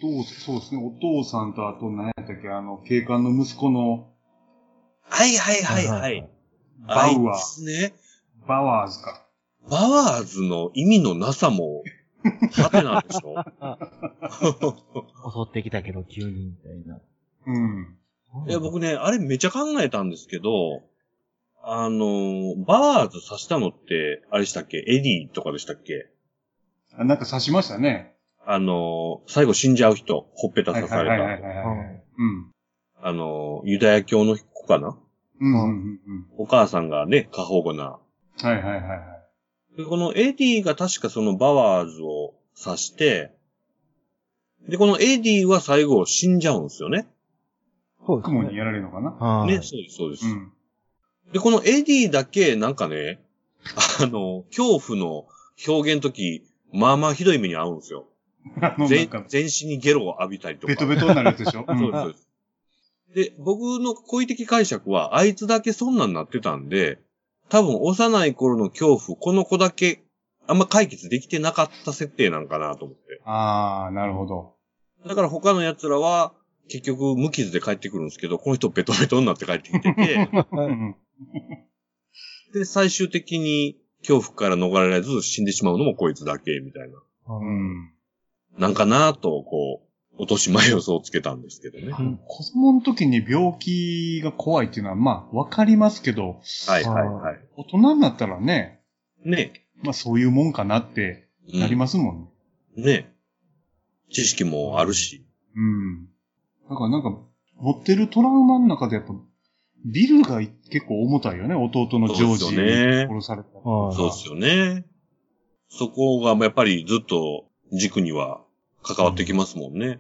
[SPEAKER 2] お父さん、そうですね。お父さんとあと何やったっけ、あの、警官の息子の
[SPEAKER 1] はいはいはいはい。。
[SPEAKER 2] バ
[SPEAKER 1] あい
[SPEAKER 2] ウアー、
[SPEAKER 1] つね、
[SPEAKER 2] バワーズか。
[SPEAKER 1] バワーズの意味のなさも、はてなんでしょ
[SPEAKER 2] (laughs)
[SPEAKER 3] 襲ってきたけど急にみたいな。
[SPEAKER 2] うん。
[SPEAKER 1] いや、僕ね、あれめちゃ考えたんですけど、あのー、バーズ刺したのって、あれでしたっけエディとかでしたっけ
[SPEAKER 2] あなんか刺しましたね。
[SPEAKER 1] あのー、最後死んじゃう人、ほっぺた
[SPEAKER 2] はい
[SPEAKER 1] 刺
[SPEAKER 2] は
[SPEAKER 1] さ
[SPEAKER 2] い
[SPEAKER 1] れ
[SPEAKER 2] はいはい
[SPEAKER 1] た。
[SPEAKER 2] はい
[SPEAKER 3] は
[SPEAKER 2] はい。
[SPEAKER 3] い。
[SPEAKER 2] うん。
[SPEAKER 1] あのー、ユダヤ教の子かな
[SPEAKER 2] うんうんうんうん。
[SPEAKER 1] お母さんがね、過保護な。
[SPEAKER 2] はいはいはいはい。
[SPEAKER 1] で、このエディが確かそのバワーズを刺して、で、このエディは最後死んじゃうんですよね。
[SPEAKER 3] そうです
[SPEAKER 2] 雲に
[SPEAKER 3] ね。
[SPEAKER 2] やられるのかな
[SPEAKER 3] はい。
[SPEAKER 1] ね、そうです、そうです。
[SPEAKER 2] うん。
[SPEAKER 1] で、このエディだけ、なんかね、あの、恐怖の表現の時、まあまあひどい目に遭うんですよ。
[SPEAKER 2] あの、なん
[SPEAKER 1] 全
[SPEAKER 2] か、
[SPEAKER 1] 全身にゲロを浴びたりとか。
[SPEAKER 2] ベトベトになるやつでし
[SPEAKER 1] そう
[SPEAKER 2] ょ
[SPEAKER 1] です
[SPEAKER 2] ん
[SPEAKER 1] そうです。で、僕の故意的解釈は、あいつだけそんなんなってたんで、多分幼い頃の恐怖、この子だけ、あんま解決できてなかった設定なんかなと思って。
[SPEAKER 2] ああ、なるほど。
[SPEAKER 1] だから他の奴らは、結局無傷で帰ってくるんですけど、この人ベトベトになって帰ってきて
[SPEAKER 2] (laughs)
[SPEAKER 1] て、
[SPEAKER 3] はい
[SPEAKER 2] うん
[SPEAKER 1] で、最終的に恐怖から逃れられず死んでしまうのもこいつだけ、みたいな。
[SPEAKER 2] う
[SPEAKER 3] うん
[SPEAKER 2] ん。
[SPEAKER 1] なんかなと、こう、落とし前予想をつけたんですけどね。
[SPEAKER 3] うん
[SPEAKER 2] 子供の時に病気が怖いっていうのは、まあ、わかりますけど、
[SPEAKER 1] はいはいはい。
[SPEAKER 2] 大人になったらね、
[SPEAKER 1] ね。
[SPEAKER 2] まあそういうもんかなって
[SPEAKER 1] うん
[SPEAKER 2] なりますもんね。
[SPEAKER 1] ね。知識もあるし。
[SPEAKER 2] うん。だからなんか、持ってるトラウマの中でやっぱ、ビルが結構重たいよね、弟のジョージ
[SPEAKER 1] そう
[SPEAKER 2] に
[SPEAKER 1] ですよね
[SPEAKER 2] 殺されたりとか。
[SPEAKER 3] はい
[SPEAKER 1] そうですよね。そこがやっぱりずっと軸には関わってきますもんね。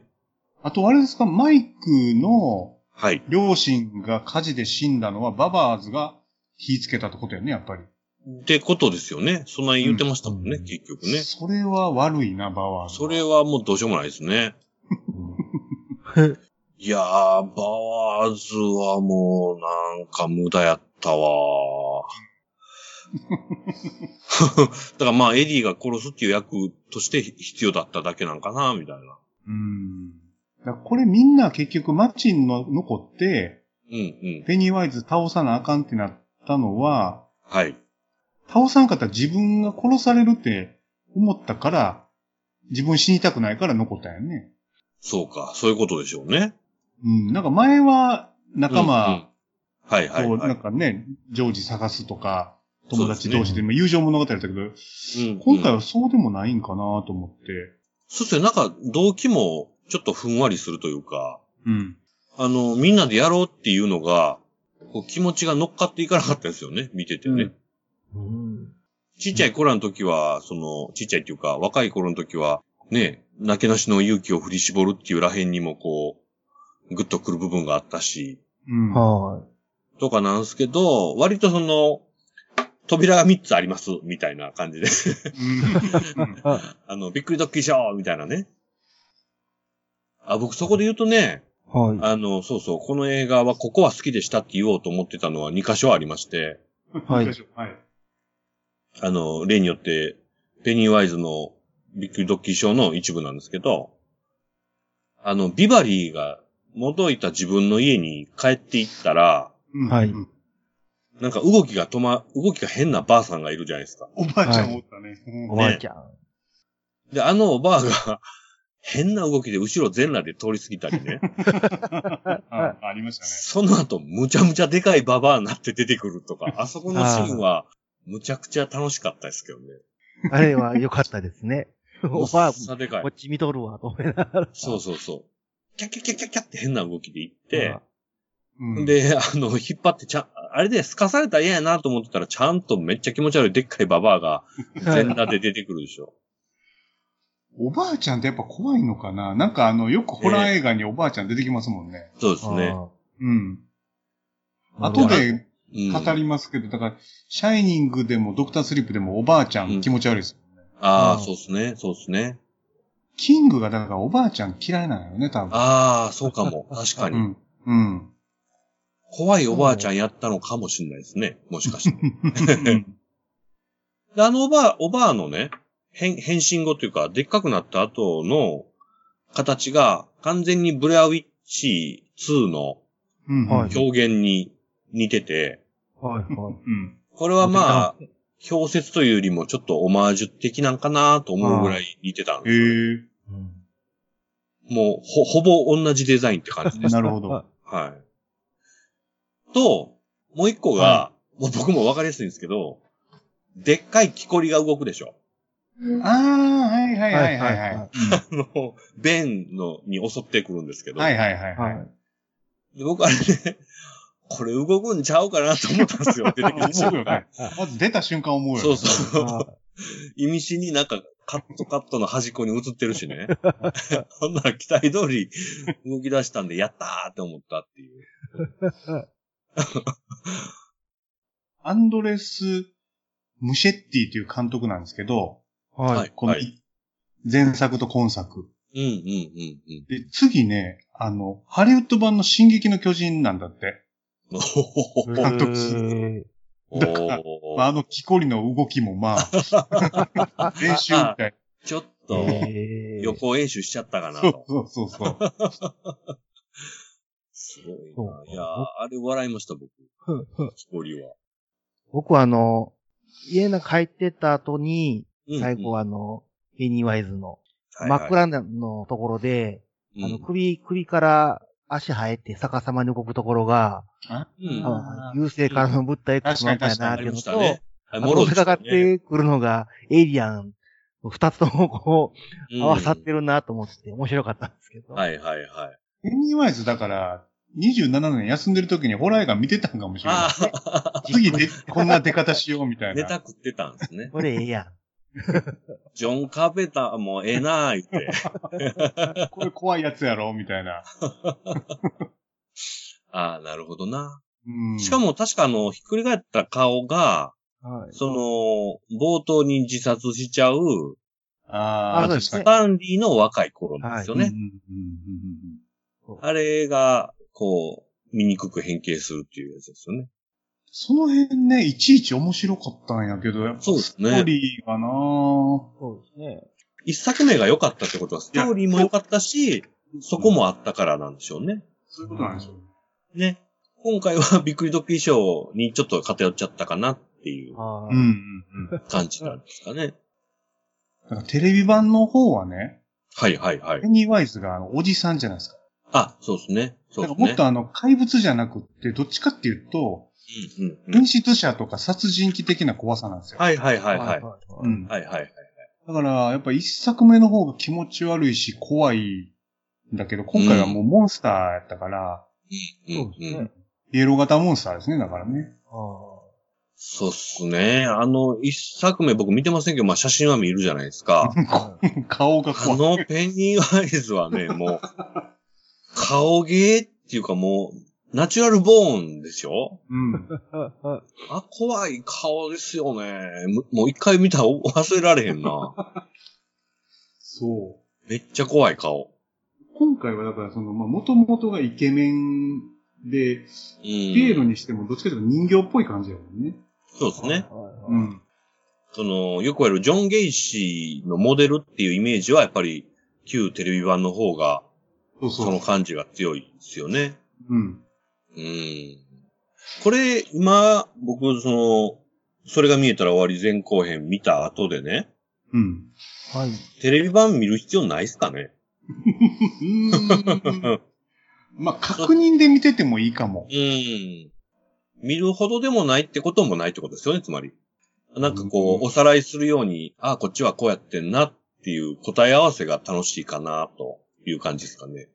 [SPEAKER 2] あとあれですか、マイクの
[SPEAKER 1] はい。
[SPEAKER 2] 両親が火事で死んだのはババーズが火つけたってことよね、やっぱり。
[SPEAKER 1] ってことですよね。そんなに言ってましたもんね、
[SPEAKER 3] うん
[SPEAKER 1] 結局ね。
[SPEAKER 2] それは悪いな、ババーズ。
[SPEAKER 1] それはもうどうしようもないですね。いやー、バワーズはもうなんか無駄やった (laughs) わー。だからまあ、エディが殺すっていう役として必要だっただけなんかな、みたいな。
[SPEAKER 2] うん。だからこれみんな結局マッチンの残って、
[SPEAKER 1] うんうん。
[SPEAKER 2] ペニーワイズ倒さなあかんってなったのは、
[SPEAKER 1] はい。
[SPEAKER 2] 倒さんかったら自分が殺されるって思ったから、自分死にたくないから残ったんやね。
[SPEAKER 1] そうか、そういうことでしょうね。
[SPEAKER 2] うん。なんか前は仲
[SPEAKER 1] うんうん
[SPEAKER 2] 間
[SPEAKER 1] はい
[SPEAKER 2] を
[SPEAKER 1] はいは
[SPEAKER 2] ないん。かね、常時探すとか、友
[SPEAKER 1] そ
[SPEAKER 2] 達
[SPEAKER 1] う
[SPEAKER 2] 同
[SPEAKER 1] で
[SPEAKER 2] 士
[SPEAKER 3] す
[SPEAKER 2] で、
[SPEAKER 3] ね
[SPEAKER 2] まあ友情物語だったけど、
[SPEAKER 1] うんうん
[SPEAKER 2] 今回はそうでもないんかなと思って。
[SPEAKER 1] そしてなんか、動機もちょっとふんわりするというか、
[SPEAKER 2] うん。
[SPEAKER 1] あの、みんなでやろうっていうのが、こう気持ちが乗っかっていかなかったですよね、見ててね。
[SPEAKER 2] うん
[SPEAKER 3] うん。
[SPEAKER 1] ちっちゃい頃の時は、その、ちっちゃいっていうか、若い頃の時は、ね、なけなしの勇気を振り絞るっていうらへんにもこう、ぐっとくる部分があったし、
[SPEAKER 2] うん。
[SPEAKER 3] は
[SPEAKER 1] とかなんですけど、割とその、扉が3つあります、みたいな感じで。
[SPEAKER 2] うん
[SPEAKER 3] い。あ
[SPEAKER 1] あの、びっくりドッキリしようみたいなね。あ、僕そこで言うとね、
[SPEAKER 3] はい。
[SPEAKER 1] あの、そうそう、この映画はここは好きでしたって言おうと思ってたのは2箇所ありまして、
[SPEAKER 3] はい
[SPEAKER 2] はい。はい。
[SPEAKER 1] あの、例によって、ペニーワイズのびっくりドッキリショーの一部なんですけど、あの、ビバリーが戻いた自分の家に帰っていったら、
[SPEAKER 2] うん
[SPEAKER 3] はい
[SPEAKER 2] うん
[SPEAKER 1] なんか動きが止ま、動きが変なばあさんがいるじゃないですか。
[SPEAKER 2] おばあちゃんおったね。うん
[SPEAKER 3] おばあちゃん。
[SPEAKER 1] で、あのおばあが、変な動きで後ろ全裸で通り過ぎたりね。
[SPEAKER 2] あありましたね。
[SPEAKER 1] その後、むちゃむちゃでかいババアになって出てくるとか、あそこのシーンは、むちゃくちゃ楽しかったですけどね。
[SPEAKER 3] あれは良かったで
[SPEAKER 1] (laughs)
[SPEAKER 3] すね。おばあ、こ
[SPEAKER 1] さでかい
[SPEAKER 3] っ。ち見とるわ、と思いながら。
[SPEAKER 1] そうそうそう。キャッキャッキャッキャッキャッって変な動きで行って、
[SPEAKER 2] うん、
[SPEAKER 1] で、あの、引っ張ってちゃん、あれで透かされたら嫌やなと思ってたら、ちゃんとめっちゃ気持ち悪いでっかいババアが全裸で出てくるでしょ。
[SPEAKER 2] おばあちゃんってやっぱ怖いのかななんかあの、よくホラー映画におばあちゃん出てきますもんね。
[SPEAKER 1] そうですね。
[SPEAKER 2] うん。
[SPEAKER 3] あー。
[SPEAKER 2] 後で
[SPEAKER 1] うん、
[SPEAKER 2] 語りますけど、だから、シャイニングでもドクタースリープでもおばあちゃ
[SPEAKER 1] うん
[SPEAKER 2] ん気持ち悪いです。
[SPEAKER 1] あ
[SPEAKER 3] う
[SPEAKER 1] あ、
[SPEAKER 3] ん
[SPEAKER 1] そうですね。そうですね。
[SPEAKER 2] キングがだからおばあちゃん嫌いなのよね、多分。
[SPEAKER 1] ああ、そうかも。確か
[SPEAKER 2] う
[SPEAKER 1] に。
[SPEAKER 2] ん。うん。
[SPEAKER 1] 怖いおばあちゃんやったのかもしれないですね。もしかして。で、あのおばあ、おばあのね、変、変身後というか、でっかくなった後の形が完全にブレアウィッチ2の
[SPEAKER 2] うん。
[SPEAKER 3] はい
[SPEAKER 1] 表現に似てて、
[SPEAKER 3] はいはい。
[SPEAKER 2] うん。
[SPEAKER 1] これはまあ、表説というよりもちょっとオマージュ的なんかなと思うぐらい似てたん
[SPEAKER 2] へ
[SPEAKER 1] ですよね、
[SPEAKER 3] うん
[SPEAKER 1] もう、ほ、ほぼ同じデザインって (laughs) 感じ
[SPEAKER 2] え
[SPEAKER 1] で
[SPEAKER 2] ー。
[SPEAKER 1] す。
[SPEAKER 2] なるほど。
[SPEAKER 1] はい。と、もう一個が、
[SPEAKER 3] は
[SPEAKER 1] もう僕もわかりやすいんですけど、でっかい木こりが動くでしょ。
[SPEAKER 2] ああ、はいはいはいはいは
[SPEAKER 3] はい
[SPEAKER 2] い。
[SPEAKER 3] は
[SPEAKER 1] あの、ベンの、に襲ってくるんですけど。
[SPEAKER 2] はいはいはい。
[SPEAKER 3] はい。
[SPEAKER 1] で僕あれね、これ動くんちゃうかなと思ったんです
[SPEAKER 2] (laughs)
[SPEAKER 1] よ。出てきた
[SPEAKER 2] 思うよね。まず出た瞬間思うよね。
[SPEAKER 1] そうそう。
[SPEAKER 3] は
[SPEAKER 1] 意味しになんかカットカットの端っこに映ってるし
[SPEAKER 2] (laughs)
[SPEAKER 1] ね。ほんなら期待通り動き出したんで、やったーって思ったっていう。
[SPEAKER 2] アンドレス・ムシェッティという監督なんですけど、
[SPEAKER 3] い。はい。
[SPEAKER 2] この
[SPEAKER 1] はい
[SPEAKER 2] 前作と今作。
[SPEAKER 1] うんうんうんうん。
[SPEAKER 2] で、次ね、あの、ハリウッド版の進撃の巨人なんだって。 (laughs)
[SPEAKER 1] おほほほ
[SPEAKER 2] 監督
[SPEAKER 4] え
[SPEAKER 1] お
[SPEAKER 2] だから
[SPEAKER 1] ー
[SPEAKER 2] まあ、あの、木こりの動きもま (laughs) あ、練習みたい。
[SPEAKER 1] ちょっ
[SPEAKER 4] ー
[SPEAKER 1] と、
[SPEAKER 4] えー
[SPEAKER 1] 予行演習しちゃったかな
[SPEAKER 2] そう
[SPEAKER 1] と。
[SPEAKER 2] そうそうそう。
[SPEAKER 1] すごい
[SPEAKER 3] そう
[SPEAKER 1] な。いやー、あれ笑いました、僕。木こりは。
[SPEAKER 3] 僕はあの、家の帰ってった後に、
[SPEAKER 1] うん
[SPEAKER 3] 最後、はあの、ベニーワイズの
[SPEAKER 1] はいは
[SPEAKER 3] 真
[SPEAKER 1] い
[SPEAKER 3] っ暗なのところで、あの、首、首から足生えて逆さまに動くところが、
[SPEAKER 1] うん
[SPEAKER 3] あ
[SPEAKER 2] あ
[SPEAKER 3] ー幽星からの物体
[SPEAKER 2] 確かに
[SPEAKER 3] クソマン
[SPEAKER 1] あ
[SPEAKER 3] パ
[SPEAKER 1] り
[SPEAKER 3] イやな
[SPEAKER 1] ま
[SPEAKER 3] っ
[SPEAKER 1] してた
[SPEAKER 3] いうの
[SPEAKER 1] ね
[SPEAKER 3] と、。
[SPEAKER 1] あ
[SPEAKER 3] あの、かかっ、てくるのが、エイリアン、二つともこう、合わさって
[SPEAKER 1] る。
[SPEAKER 3] るなと思って、面白かったんですけど。
[SPEAKER 1] はいはいはい。
[SPEAKER 2] ペニーワイズだから、27年休んでる時にホラー映画見てたんかもしれな
[SPEAKER 1] あ
[SPEAKER 2] い。
[SPEAKER 1] あ、
[SPEAKER 2] 次で、こんな出方しようみ (laughs) た
[SPEAKER 1] (laughs)
[SPEAKER 2] い
[SPEAKER 1] ネ
[SPEAKER 2] な
[SPEAKER 1] タ。食ってたんです
[SPEAKER 3] (laughs)
[SPEAKER 1] ね。
[SPEAKER 3] これええや
[SPEAKER 1] ジョン・カーペンターもええなー言って。
[SPEAKER 2] これ怖いやつやろみたいな。
[SPEAKER 1] ああ、なるほどな。
[SPEAKER 2] うん、
[SPEAKER 1] しかも確かあの、ひっくり返った顔が、
[SPEAKER 3] ん。はい。
[SPEAKER 1] その、冒頭に自殺しちゃう、
[SPEAKER 2] あ
[SPEAKER 3] あ
[SPEAKER 2] あ、
[SPEAKER 3] そうで
[SPEAKER 2] 確
[SPEAKER 3] す
[SPEAKER 2] か
[SPEAKER 3] ね
[SPEAKER 2] に
[SPEAKER 1] ス。タンリーの若い頃なんですよね。
[SPEAKER 2] うんうん
[SPEAKER 3] うん
[SPEAKER 1] あれが、こう、醜く変形するっていうやつですよね。
[SPEAKER 2] その辺ね、いちいち面白かったんやけど、やっぱ
[SPEAKER 1] そうで
[SPEAKER 2] ス
[SPEAKER 1] す
[SPEAKER 2] ト
[SPEAKER 1] ね
[SPEAKER 2] ーリーがなぁ
[SPEAKER 3] そうですね。
[SPEAKER 1] 一作目が良かったってことは、ストーリーも良かったし、そこもあったからなんでしょうね。
[SPEAKER 2] そういうことなんでしょうね。
[SPEAKER 1] ね。今回はびっくりドッキリショーにちょっと偏っちゃったかなっていう
[SPEAKER 3] は
[SPEAKER 2] うんう
[SPEAKER 3] い。
[SPEAKER 2] んうん。だ
[SPEAKER 1] 感じなんですかね。
[SPEAKER 2] からテレビ版の方はね、
[SPEAKER 1] はいはいはい
[SPEAKER 2] ペ。ニーワイズがあのおじさんじゃないですか。
[SPEAKER 1] あ、そうですね。そうで
[SPEAKER 2] だか
[SPEAKER 1] す
[SPEAKER 2] らもっ
[SPEAKER 1] ね。
[SPEAKER 2] とあの、怪物じゃなくって、どっちかっていうと、
[SPEAKER 1] うんうんうん
[SPEAKER 2] 変質者とか殺人鬼的な怖さなんですよ。
[SPEAKER 1] はいはいはいはい。
[SPEAKER 2] う
[SPEAKER 3] い。
[SPEAKER 2] ん。
[SPEAKER 1] はいはいはい。
[SPEAKER 2] だから、やっぱ一作目の方が気持ち悪いし、怖いんだけど、今回はもうモンスターやったから、
[SPEAKER 1] うん
[SPEAKER 3] そうです
[SPEAKER 1] うん
[SPEAKER 3] ね。
[SPEAKER 2] イエロー型モンスターですね、だからね。
[SPEAKER 3] あ
[SPEAKER 1] そうっすね。あの、一作目僕見てませんけど、まあ写真は見るじゃないです (laughs) か。
[SPEAKER 3] あ
[SPEAKER 2] 顔が
[SPEAKER 1] あ
[SPEAKER 2] 怖い。
[SPEAKER 1] のペニーワイズはね、もう、顔芸っていうかもう、ナチュラルボーンでしょ
[SPEAKER 2] うん。
[SPEAKER 1] あ、怖い顔ですよね。むもう一回見たらお忘れられへんな。 (laughs)
[SPEAKER 2] そう。
[SPEAKER 1] めっちゃ怖い顔。
[SPEAKER 2] 今回はだからその、まあ、元々がイケメンで、
[SPEAKER 1] うん。
[SPEAKER 2] ピエロにしてもどっちかというと人形っぽい感じだもんね。
[SPEAKER 1] そうですね。
[SPEAKER 3] う。
[SPEAKER 2] うんん。
[SPEAKER 1] その、よくあるジョン・ゲイシーのモデルっていうイメージはやっぱり旧テレビ版の方が
[SPEAKER 2] そう
[SPEAKER 1] そ
[SPEAKER 2] そ
[SPEAKER 1] の
[SPEAKER 2] う。
[SPEAKER 1] 感じが強いですよね。
[SPEAKER 2] うん。
[SPEAKER 1] うん。これ、今、僕、その、それが見えたら終わり前後編見た後でね、
[SPEAKER 2] うん。
[SPEAKER 3] はい。
[SPEAKER 1] テレビ版見る必要ないっすかね
[SPEAKER 2] うん。まあ、確認で見ててもいいかも。
[SPEAKER 1] うん。見るほどでもないってこともないってことですよね、つまり。なんかこ
[SPEAKER 2] う
[SPEAKER 1] う、
[SPEAKER 2] ん
[SPEAKER 1] おさらいするように、ああ、こっちはこうやってんなっていう答え合わせが楽しいかな、という感じですかね。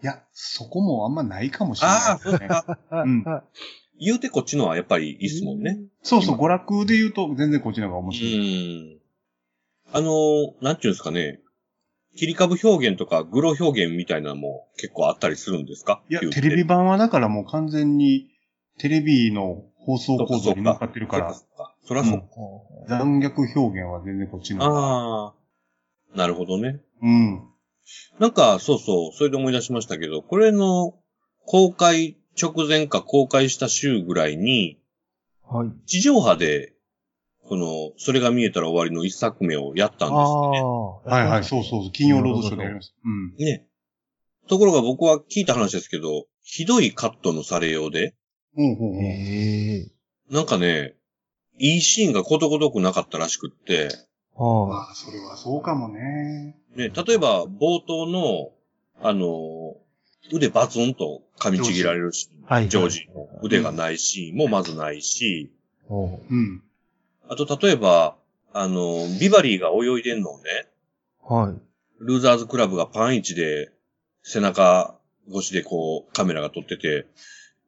[SPEAKER 2] いや、そこもあんまないかもしれないですね。ん
[SPEAKER 1] 言うてこっちのはやっぱりいいっすもんね。
[SPEAKER 2] そうそう、娯楽で言うと全然こっちの方が面
[SPEAKER 1] う
[SPEAKER 2] 白い。
[SPEAKER 1] ん。あのー、なんていうんですかね。切り株表現とか、グロ表現みたいなのも結構あったりするんですか
[SPEAKER 2] いや
[SPEAKER 1] 旧、
[SPEAKER 2] テレビ版はだからもう完全にテレビの放送構造に乗っかってるから、
[SPEAKER 1] そっかそらそっか。
[SPEAKER 2] 残虐表現は全然こっちの方が。
[SPEAKER 1] ああ。なるほどね。
[SPEAKER 2] うん。
[SPEAKER 1] なんか、そうそう、それで思い出しましたけど、これの公開直前か公開した週ぐらいに、
[SPEAKER 3] はい。
[SPEAKER 1] 地上波で、この、それが見えたら終わりの一作目をやったんですよね。
[SPEAKER 3] あ
[SPEAKER 2] はいはい、
[SPEAKER 3] そ
[SPEAKER 2] そうそうそう、金曜ロードショーでやりました。うん。
[SPEAKER 1] ね。ところが僕は聞いた話ですけど、ひどいカットのされようで、
[SPEAKER 2] ほうほうほう。
[SPEAKER 3] ええ。
[SPEAKER 1] なんかね、いいシーンがことごとくなかったらしくって、
[SPEAKER 3] は
[SPEAKER 2] まあ、それはそうかもね。
[SPEAKER 1] ね、例えば冒頭の、あの、腕バツンと噛みちぎられるシーン、
[SPEAKER 3] はい
[SPEAKER 1] ジョージの腕がないシーンもまずないし、
[SPEAKER 3] い。ほ
[SPEAKER 2] うん。
[SPEAKER 1] あと例えば、あの、ビバリーが泳いでんのをね、
[SPEAKER 3] うはい。
[SPEAKER 1] ルーザーズクラブがパンイチで背中越しでこうカメラが撮ってて、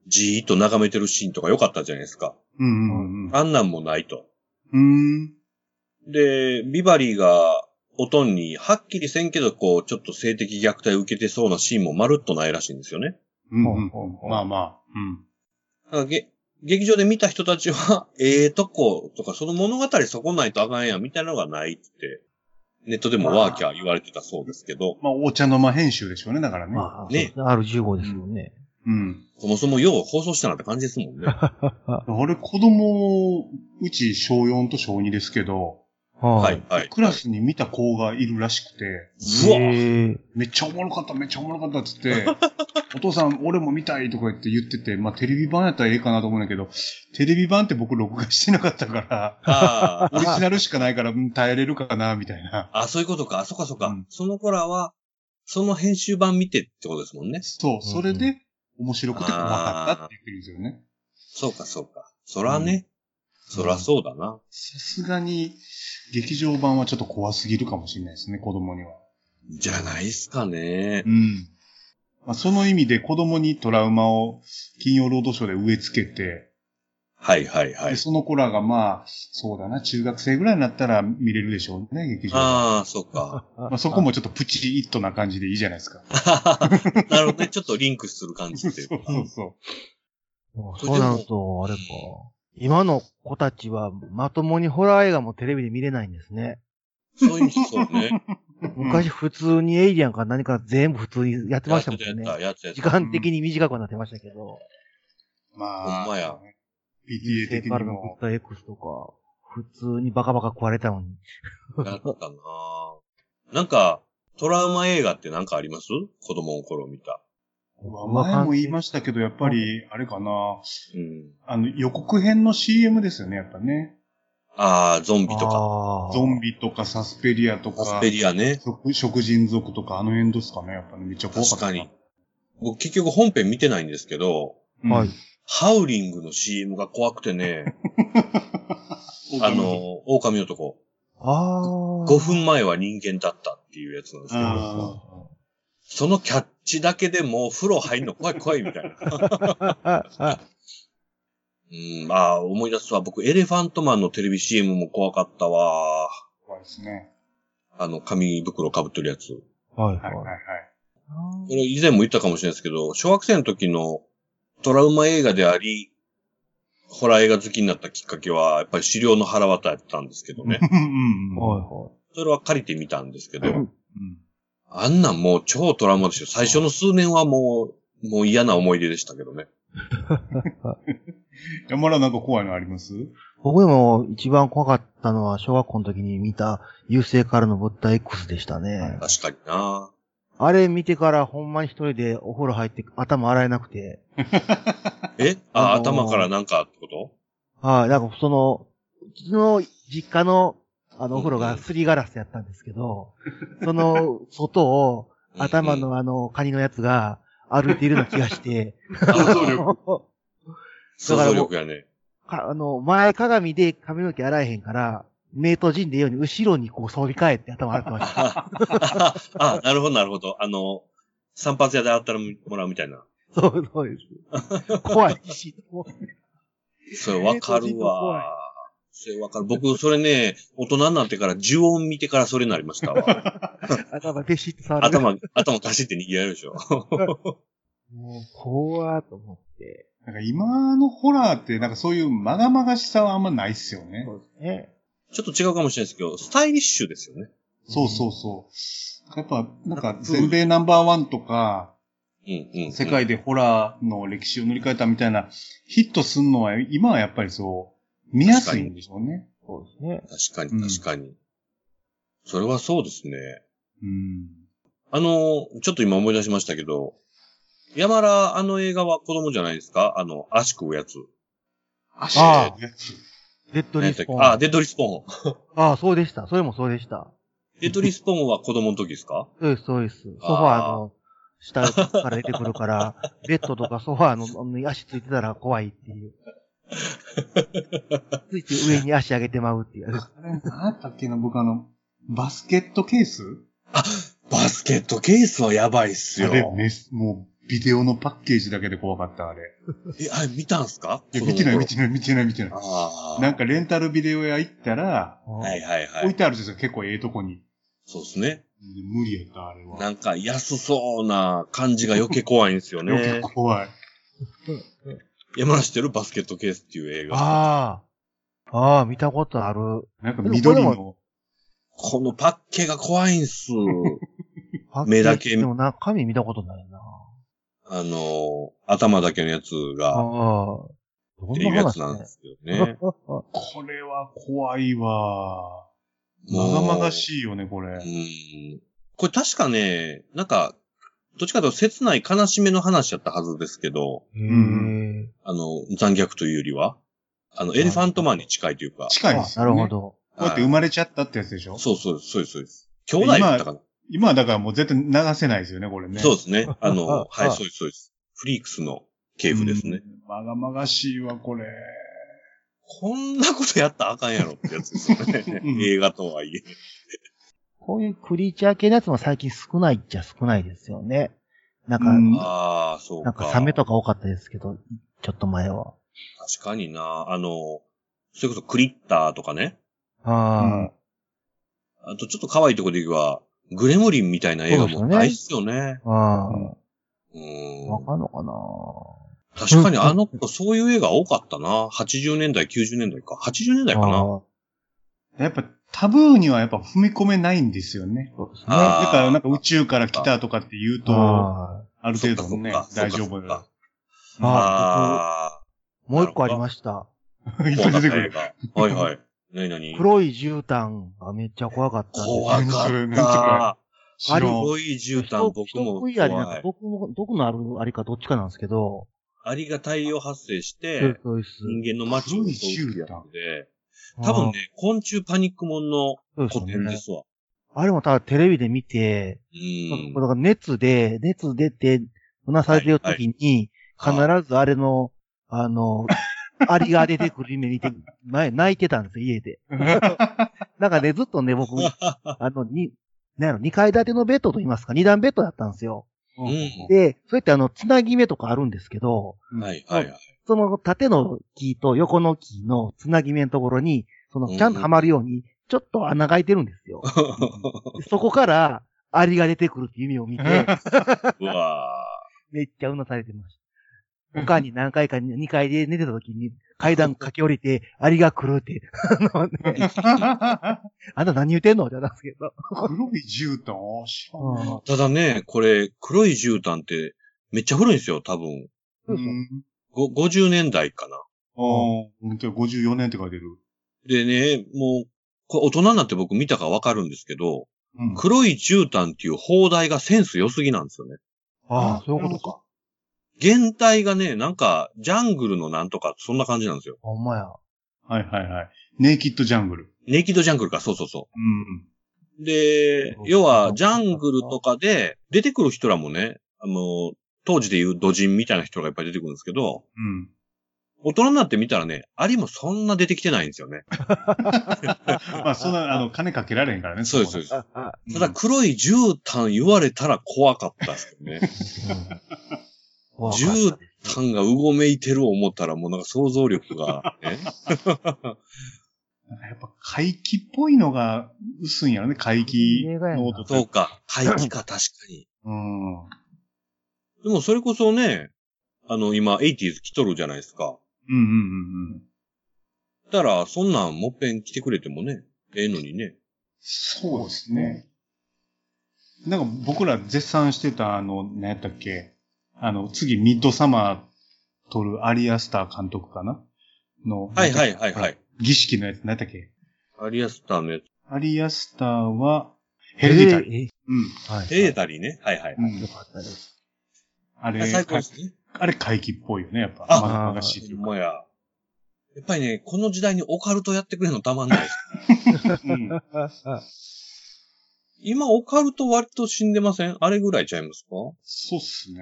[SPEAKER 1] じーっと眺めてるシーンとか良かったじゃないですか。
[SPEAKER 2] うんうんうん。
[SPEAKER 1] あんなんもないと。
[SPEAKER 2] うん。
[SPEAKER 1] で、ビバリーが、おとんに、はっきりせんけど、こう、ちょっと性的虐待を受けてそうなシーンもまるっとないらしいんですよね。
[SPEAKER 2] うん
[SPEAKER 3] ほ
[SPEAKER 2] う。
[SPEAKER 3] うんほうほう
[SPEAKER 2] まあまあ。うん。
[SPEAKER 1] だからげ劇場で見た人た (laughs) ちは、ええとことか、その物語そこないとあかんやん、みたいなのがないってネットでもワーキャー言われてたそうですけど、
[SPEAKER 2] まあ、お茶の間編集でしょうね、だからね。
[SPEAKER 3] まあ、
[SPEAKER 1] ね
[SPEAKER 3] ね。R15 ですもんね。
[SPEAKER 2] うん。
[SPEAKER 1] そもそもよう放送したなって感じですもんね。
[SPEAKER 2] あれ、子供、うち小4と小2ですけど、
[SPEAKER 1] は、
[SPEAKER 3] はい
[SPEAKER 1] はい。
[SPEAKER 2] クラスに見た子がいるらしくて、
[SPEAKER 1] うわ
[SPEAKER 3] え
[SPEAKER 2] めっちゃおもろかった、めっちゃおもろかったっつ (laughs) って、お父さん、俺も見たいとか言って言ってて、まあ、テレビ版やったらええかなと思うんだけど、テレビ版って僕録画してなかった (laughs) から、
[SPEAKER 1] あ
[SPEAKER 2] オリジ
[SPEAKER 1] あ、
[SPEAKER 2] ナルしかないから、うん耐えれるかな、みたいな。
[SPEAKER 1] あ、そういうことか、そっかそっか。
[SPEAKER 2] うん
[SPEAKER 1] その子らは、その編集版見てってことですもんね。
[SPEAKER 2] そう、それで、面白くて怖かったって言ってるんですよね。
[SPEAKER 1] そうかそうか。そらね。そらそうだな。
[SPEAKER 2] さすがに、劇場版はちょっと怖すぎるかもしれないですね、子供には。
[SPEAKER 1] じゃないっすかね。
[SPEAKER 2] うん。まあ、その意味で子供にトラウマを金曜ロードショーで植え付けて、
[SPEAKER 1] はいはいはい
[SPEAKER 2] で。その子らがまあ、そうだな、中学生ぐらいになったら見れるでしょうね、劇場。
[SPEAKER 1] ああ、そう (laughs) か。
[SPEAKER 2] まあ、そこもちょっとプチイットな感じでいいじゃないで
[SPEAKER 1] (laughs)
[SPEAKER 2] すか。
[SPEAKER 1] なるほどね。ちょっとリンクする感じ
[SPEAKER 2] そ
[SPEAKER 1] っ
[SPEAKER 2] う
[SPEAKER 1] ていう
[SPEAKER 2] そ
[SPEAKER 1] か
[SPEAKER 2] う。そ
[SPEAKER 3] そうなると、あれか。今の子たちはまともにホラー映画もテレビで見れないんですね。
[SPEAKER 1] そういう意味そうね。
[SPEAKER 2] う。
[SPEAKER 3] 昔普通にエイリアンか何か全部普通にやって
[SPEAKER 1] や
[SPEAKER 3] ま
[SPEAKER 1] っ
[SPEAKER 3] した
[SPEAKER 1] て
[SPEAKER 3] も
[SPEAKER 1] たや
[SPEAKER 3] んね
[SPEAKER 1] っ。たやって
[SPEAKER 3] 時
[SPEAKER 1] た。
[SPEAKER 3] 間的に短くはなってましたけど。
[SPEAKER 2] まあ、
[SPEAKER 1] ほんまや
[SPEAKER 2] PTA 的に
[SPEAKER 3] パルのグ
[SPEAKER 2] も
[SPEAKER 3] ッ。ド X とか、普通にバカバカ食われたのに。
[SPEAKER 1] やってたななんか、トラウマ映画ってなんかあります子供の頃見た。
[SPEAKER 2] まあ前も言いましたけど、やっぱり、あれかな、
[SPEAKER 1] うん。
[SPEAKER 2] あの、予告編の CM ですよね、やっぱね。
[SPEAKER 1] ああ、ゾン
[SPEAKER 3] た
[SPEAKER 1] ビとか。
[SPEAKER 2] ゾンビとかサスペリアと
[SPEAKER 1] アス
[SPEAKER 2] か
[SPEAKER 1] ペ、リアね。
[SPEAKER 2] 食食人族とか、あの辺ですかね、やっぱね、めっちゃ怖か
[SPEAKER 1] 確
[SPEAKER 2] った。
[SPEAKER 1] かに。僕結局本編見てないんですけど、
[SPEAKER 2] うん。
[SPEAKER 3] はい。
[SPEAKER 1] ハウリングの CM が怖くて (laughs) ね、あの、狼男。
[SPEAKER 3] ああ。
[SPEAKER 1] 5分
[SPEAKER 3] (laughs)
[SPEAKER 1] 前は人間だったっていうやつなんですけど、
[SPEAKER 2] あ
[SPEAKER 1] そのキャッチだけでもう風呂入るの怖い怖いみたいな。 (laughs) うん、まあ思い出すわ。僕、エレファントマンのテレビ CM も怖かったわ。
[SPEAKER 2] ー怖いですね。
[SPEAKER 1] あの、紙袋被ってるやつ。
[SPEAKER 3] はい
[SPEAKER 2] はいはいは。
[SPEAKER 3] はい
[SPEAKER 1] これ以前も言ったかもしれないですけど、小学生の時のトラウマ映画であり、ホラー映画好きになったきっかけは、やっぱり資料の腹渡やってたんですけどね。
[SPEAKER 2] うんうん
[SPEAKER 3] い。
[SPEAKER 2] うん
[SPEAKER 3] は
[SPEAKER 1] それは借りてみたんですけ
[SPEAKER 2] う
[SPEAKER 1] ど
[SPEAKER 2] ん、
[SPEAKER 1] あんなんもう超トラウマですよ。最初の数年はもう、もう嫌な思い出でしたけどね。
[SPEAKER 2] 山田なんか怖いのあります
[SPEAKER 3] 僕でも一番怖かったのは小学校の時に見た優勢からの物体 X でしたね。
[SPEAKER 1] 確かにな
[SPEAKER 3] あれ見てからほんまに一人でお風呂入って頭洗えなくて。
[SPEAKER 1] えあ、
[SPEAKER 3] あのー
[SPEAKER 1] 頭からなんかってこと
[SPEAKER 3] はい、なんかその、うちの実家のあのお風呂
[SPEAKER 1] うん
[SPEAKER 3] がすりガラスやったんですけど、その外を頭。
[SPEAKER 1] うん
[SPEAKER 3] のあのカニのやつが歩いているような気がして、
[SPEAKER 2] 想
[SPEAKER 3] (laughs)
[SPEAKER 2] 像力。
[SPEAKER 1] 想像力やね。
[SPEAKER 3] かあの、前鏡で髪の毛洗えへんから、目閉じんでように後ろにこう装備替えって頭洗ってました。
[SPEAKER 1] あ、 (laughs) あなるほど、なるほど。あの、散髪屋で洗ったらもらうみたいな。
[SPEAKER 3] そう、そうです。怖いし、もう
[SPEAKER 1] それわか
[SPEAKER 3] えー個人
[SPEAKER 1] る
[SPEAKER 3] の怖い
[SPEAKER 1] わ。それわかる。僕、それね、大人になってから呪音見てからそれになりました
[SPEAKER 3] (laughs)
[SPEAKER 1] わ。
[SPEAKER 3] 頭ペシッと触る。
[SPEAKER 1] 頭、頭かしって握られるでしょ。
[SPEAKER 3] もう、怖ーと思って。
[SPEAKER 2] なんか今のホラーって、なんかそういうまがまがしさはあんまないっすよね。
[SPEAKER 3] うですね。
[SPEAKER 1] ちょっと違うかもしれないですけど、スタイリッシュですよね。
[SPEAKER 2] そうそうそう。やっぱ、なんか全米ナンバーワンとか、
[SPEAKER 1] うんうん、うん。
[SPEAKER 2] 世界でホラーの歴史を塗り替えたみたいな、ヒットすんのは、今はやっぱりそう、見やすいんでしょうね。
[SPEAKER 3] そうですね。
[SPEAKER 1] 確か
[SPEAKER 2] う
[SPEAKER 1] に、
[SPEAKER 2] ん
[SPEAKER 1] 確かに。それはそうですね。
[SPEAKER 2] うん。
[SPEAKER 1] あの、ちょっと今思い出しましたけど、山田、あの映画は子供じゃないですかあの、足食うやつ。
[SPEAKER 2] 足
[SPEAKER 3] ああ
[SPEAKER 2] やつ。
[SPEAKER 3] デッド
[SPEAKER 1] 何やっ
[SPEAKER 3] リ
[SPEAKER 1] た
[SPEAKER 3] ス
[SPEAKER 1] っけ
[SPEAKER 3] ポーン。
[SPEAKER 1] あ、デッドリスポーン。
[SPEAKER 3] ああ、そうでした。それもそうでした。
[SPEAKER 1] デッドリスポーンは子供の時ですか
[SPEAKER 3] そうです、そうです。ソファ
[SPEAKER 1] あ
[SPEAKER 3] ーの下から出てく
[SPEAKER 1] (laughs)
[SPEAKER 3] るから、ベッドとかソファーのあの足ついてたら怖いっ
[SPEAKER 1] (laughs)
[SPEAKER 3] ていう。ついて上に足上げてまうっていう。
[SPEAKER 2] あれ、なんやったっけな、僕あの、バスケットケース
[SPEAKER 1] バスケットケースはやばいっす
[SPEAKER 2] あ
[SPEAKER 1] よ。
[SPEAKER 2] れ、
[SPEAKER 1] え、
[SPEAKER 2] めもう、ビデオのパッケージだけで怖かった、あれ。
[SPEAKER 1] あれ見たんすか
[SPEAKER 2] いや、見てない、見
[SPEAKER 1] て
[SPEAKER 2] てない、見てない、見てない。
[SPEAKER 1] ああ。
[SPEAKER 2] なんかレンタルビデオ屋行ったら、
[SPEAKER 1] はいはいは
[SPEAKER 2] 置い
[SPEAKER 1] い。
[SPEAKER 2] てあるんですよ、結構ええとこに。
[SPEAKER 1] そうですね。
[SPEAKER 2] 無理やった、あれは。
[SPEAKER 1] なんか安そうな感じが余計怖いんですよね
[SPEAKER 2] よ。く怖い。
[SPEAKER 1] 山田知ってるバスケットケースっていう映画。
[SPEAKER 3] ああ。ああ、見たことある。
[SPEAKER 2] なんか緑
[SPEAKER 3] でも
[SPEAKER 2] の、
[SPEAKER 1] このパッケが怖いんす。
[SPEAKER 3] パッ
[SPEAKER 1] 目だけ
[SPEAKER 3] でも中身見たことないな。
[SPEAKER 1] あの、頭だけのやつ
[SPEAKER 3] ああ
[SPEAKER 1] が、。
[SPEAKER 3] ど
[SPEAKER 1] ってい
[SPEAKER 3] ん
[SPEAKER 1] う
[SPEAKER 3] な
[SPEAKER 1] や
[SPEAKER 3] 話
[SPEAKER 1] つなんで
[SPEAKER 3] ね。
[SPEAKER 1] すよね。
[SPEAKER 2] これは怖いわ。
[SPEAKER 1] も
[SPEAKER 2] ま
[SPEAKER 1] う
[SPEAKER 2] がまがしいよね、こ
[SPEAKER 1] う。
[SPEAKER 2] れ
[SPEAKER 1] ん。これ確かね、なんか、どっちかというと切ない悲しめの話やったはずですけど、
[SPEAKER 3] (laughs) へえ。
[SPEAKER 1] あの、残虐というよりは、あの、エレファントマンに近いというか。
[SPEAKER 2] 近いで
[SPEAKER 3] あ
[SPEAKER 2] す
[SPEAKER 3] な
[SPEAKER 2] よ、ね。
[SPEAKER 3] るほ。ど。
[SPEAKER 2] こうやって生まれちゃったってやつでしょ
[SPEAKER 1] そうそうです、そうです、そうです。兄弟だったかな、
[SPEAKER 2] 今はだからもう絶対流せないですよね、これね。
[SPEAKER 1] そう
[SPEAKER 2] う
[SPEAKER 1] です
[SPEAKER 2] (laughs)
[SPEAKER 1] ね。あの、
[SPEAKER 3] ああ
[SPEAKER 1] はい、そうです、そうです。フリークスの系譜ですね。
[SPEAKER 2] ん。まがまがしいわ、これ。。
[SPEAKER 1] こんなことやったらあかんやろってやつですよね
[SPEAKER 2] (laughs) うん
[SPEAKER 1] 映画とはいえ。
[SPEAKER 3] こういうクリーチャー系のやつも最近少ないっちゃ少ないですよね。なんか、
[SPEAKER 2] うん
[SPEAKER 1] ああ、そう
[SPEAKER 3] な
[SPEAKER 1] か。
[SPEAKER 3] んかサメとか多かったですけど、ちょっと前は。
[SPEAKER 1] 確かにな。あの、それこそクリッターとかね。
[SPEAKER 3] あ
[SPEAKER 1] あとちょっと可愛いとこで言えば、グレムリンみたいな映画も
[SPEAKER 3] そうですよね
[SPEAKER 1] ないっすよね。
[SPEAKER 3] あ、あ
[SPEAKER 2] うん
[SPEAKER 1] う
[SPEAKER 3] あ、わ
[SPEAKER 1] ん
[SPEAKER 3] かんのかな
[SPEAKER 1] 確かにあの子そういう映画多かったな。80年代、90年代か。80年代かな。
[SPEAKER 3] あ
[SPEAKER 2] やっぱタブーにはやっぱ踏み込めないんですよね。
[SPEAKER 3] そうですね。
[SPEAKER 1] あー
[SPEAKER 2] だからなんか宇宙から来たとかって言うと、
[SPEAKER 3] あ
[SPEAKER 2] ある程度ね
[SPEAKER 1] そっか、そっか
[SPEAKER 2] 大丈夫
[SPEAKER 1] そっか
[SPEAKER 2] だ。
[SPEAKER 3] ーあ
[SPEAKER 1] あ
[SPEAKER 3] 僕もう一個ありました。
[SPEAKER 1] あ、
[SPEAKER 2] いっぱい出てく
[SPEAKER 1] 怖
[SPEAKER 2] る。
[SPEAKER 1] かった映画はいはい。なになに
[SPEAKER 3] 黒い絨毯がめっちゃ怖かったんです
[SPEAKER 1] 怖か
[SPEAKER 2] 何それ
[SPEAKER 1] っ
[SPEAKER 2] 何そ
[SPEAKER 1] た。
[SPEAKER 3] あれ
[SPEAKER 2] 白
[SPEAKER 1] 黒い絨毯、僕も
[SPEAKER 3] 人
[SPEAKER 1] 怖
[SPEAKER 3] 食
[SPEAKER 1] い
[SPEAKER 3] い。ありなんか、僕も、毒のあるありかどっちかなんですけど、
[SPEAKER 1] アリが大量発生し
[SPEAKER 3] そう
[SPEAKER 1] て、
[SPEAKER 3] そうです
[SPEAKER 1] 人間の街を襲うってやつで、多分、ね、昆虫パニックもんの
[SPEAKER 3] あーそ
[SPEAKER 1] 古
[SPEAKER 3] うですよ
[SPEAKER 1] 典で
[SPEAKER 3] ね。
[SPEAKER 1] すわ。
[SPEAKER 3] あれもただテレビで見て、
[SPEAKER 1] う
[SPEAKER 3] なん
[SPEAKER 1] ん
[SPEAKER 3] か。だから熱で、熱出て、うなされてる時に、必
[SPEAKER 1] はい
[SPEAKER 3] ずあれの、あ (laughs) の、アリが出てくる夢見て、前泣いてたんですよ、家で。なんかね、ずっとね、 (laughs) 僕、あの、に、なんやろ、二階建てのベッドと言いますか、二段ベッドだったんですよ。
[SPEAKER 2] うん
[SPEAKER 1] うん
[SPEAKER 3] で、そうやってあの、つなぎ目とかあるんですけど、
[SPEAKER 1] はいはいはい。
[SPEAKER 3] その縦の木と横の木のつなぎ目のところに、その、ちゃんとはまるように、ちょっと穴が開いてるんです (laughs) よ。でそこから、アリが出てくるっていう夢を見て、
[SPEAKER 1] うわ
[SPEAKER 3] めっちゃうなされてました。他に何回か2階で寝てた時に階段駆け下
[SPEAKER 2] (laughs)
[SPEAKER 3] りて、アリが狂うて、あのね、 (laughs) あんた何言ってんのってなったんですけど。
[SPEAKER 2] 黒い絨毯あ知らなかっ
[SPEAKER 1] (laughs) ーただね、これ、黒い絨毯って、めっちゃ古いんですよ、多分。
[SPEAKER 2] た。
[SPEAKER 3] う
[SPEAKER 2] うんん
[SPEAKER 1] ご50年代かな。
[SPEAKER 2] ああ、本当54年って書いてる。
[SPEAKER 1] でね、もう、これ大人になって僕見たからわかるんですけど、
[SPEAKER 2] うん
[SPEAKER 1] 黒い絨毯っていう放題がセンス良すぎなんですよね。
[SPEAKER 3] ああ、そういうことか。
[SPEAKER 1] 現代がね、なんか、ジャングルのなんとか、そんな感じなんですよ。
[SPEAKER 3] ほんまや。
[SPEAKER 2] はいはいはい。ネイキッドジャングル。
[SPEAKER 1] ネイキッドジャングルか、そうそうそ
[SPEAKER 2] う
[SPEAKER 1] う。
[SPEAKER 2] ん。
[SPEAKER 1] で
[SPEAKER 3] そう、
[SPEAKER 1] 要は、ジャングルとかで、出てくる人らもね、あの、当時で言うドジンみたいな人がいっぱい出てくるんですけど、
[SPEAKER 2] うん。
[SPEAKER 1] 大人になってみたらね、アリもそんな出てきてないんですよね。
[SPEAKER 2] まあ、そんな、あの、金かけられへんからね。
[SPEAKER 1] そうです、そうです。
[SPEAKER 3] ああ
[SPEAKER 2] うん
[SPEAKER 1] ただ黒い絨毯言われたら怖かったですよね。
[SPEAKER 3] 怖かった
[SPEAKER 1] 絨毯がうごめいてる思ったらもうなんか想像力が、ね。
[SPEAKER 2] なんかやっぱ、怪奇っぽいのが薄いんやろね、怪奇の音
[SPEAKER 1] そう
[SPEAKER 2] と。
[SPEAKER 1] か、怪奇か確かに。
[SPEAKER 2] うん。う
[SPEAKER 1] でもそれこそね、あの今 80s 来とるじゃないですか。
[SPEAKER 2] んうんうんうん。
[SPEAKER 1] だからそんなんもっぺん来てくれてもね、ええのにね。
[SPEAKER 2] そうですね。なんか、僕ら絶賛してた、あの、何やったっけ。あの、次、ミッドサマー撮るアリアスター監督かなの。
[SPEAKER 1] はいはいはいはい。
[SPEAKER 2] 儀式のやつ、何やったっけ。
[SPEAKER 1] アリアスターのやつ。
[SPEAKER 2] アリアスターは、ヘレディタリー。
[SPEAKER 3] え
[SPEAKER 2] うん。
[SPEAKER 3] ーはい。
[SPEAKER 1] ヘータリーね。はいはい。
[SPEAKER 2] うん
[SPEAKER 3] よかったです。
[SPEAKER 2] あれ、
[SPEAKER 1] 最高ですね。
[SPEAKER 2] あれ怪奇っぽいよね、やっぱ。
[SPEAKER 1] あ
[SPEAKER 2] まがまがしいという
[SPEAKER 1] ほん
[SPEAKER 2] か。
[SPEAKER 1] まや。やっぱりね、この時代にオカルトやってくれるのたまんないです。
[SPEAKER 2] うん
[SPEAKER 1] 今、オカルト割と死んでませんあれぐらいちゃいますか
[SPEAKER 2] そうっすね。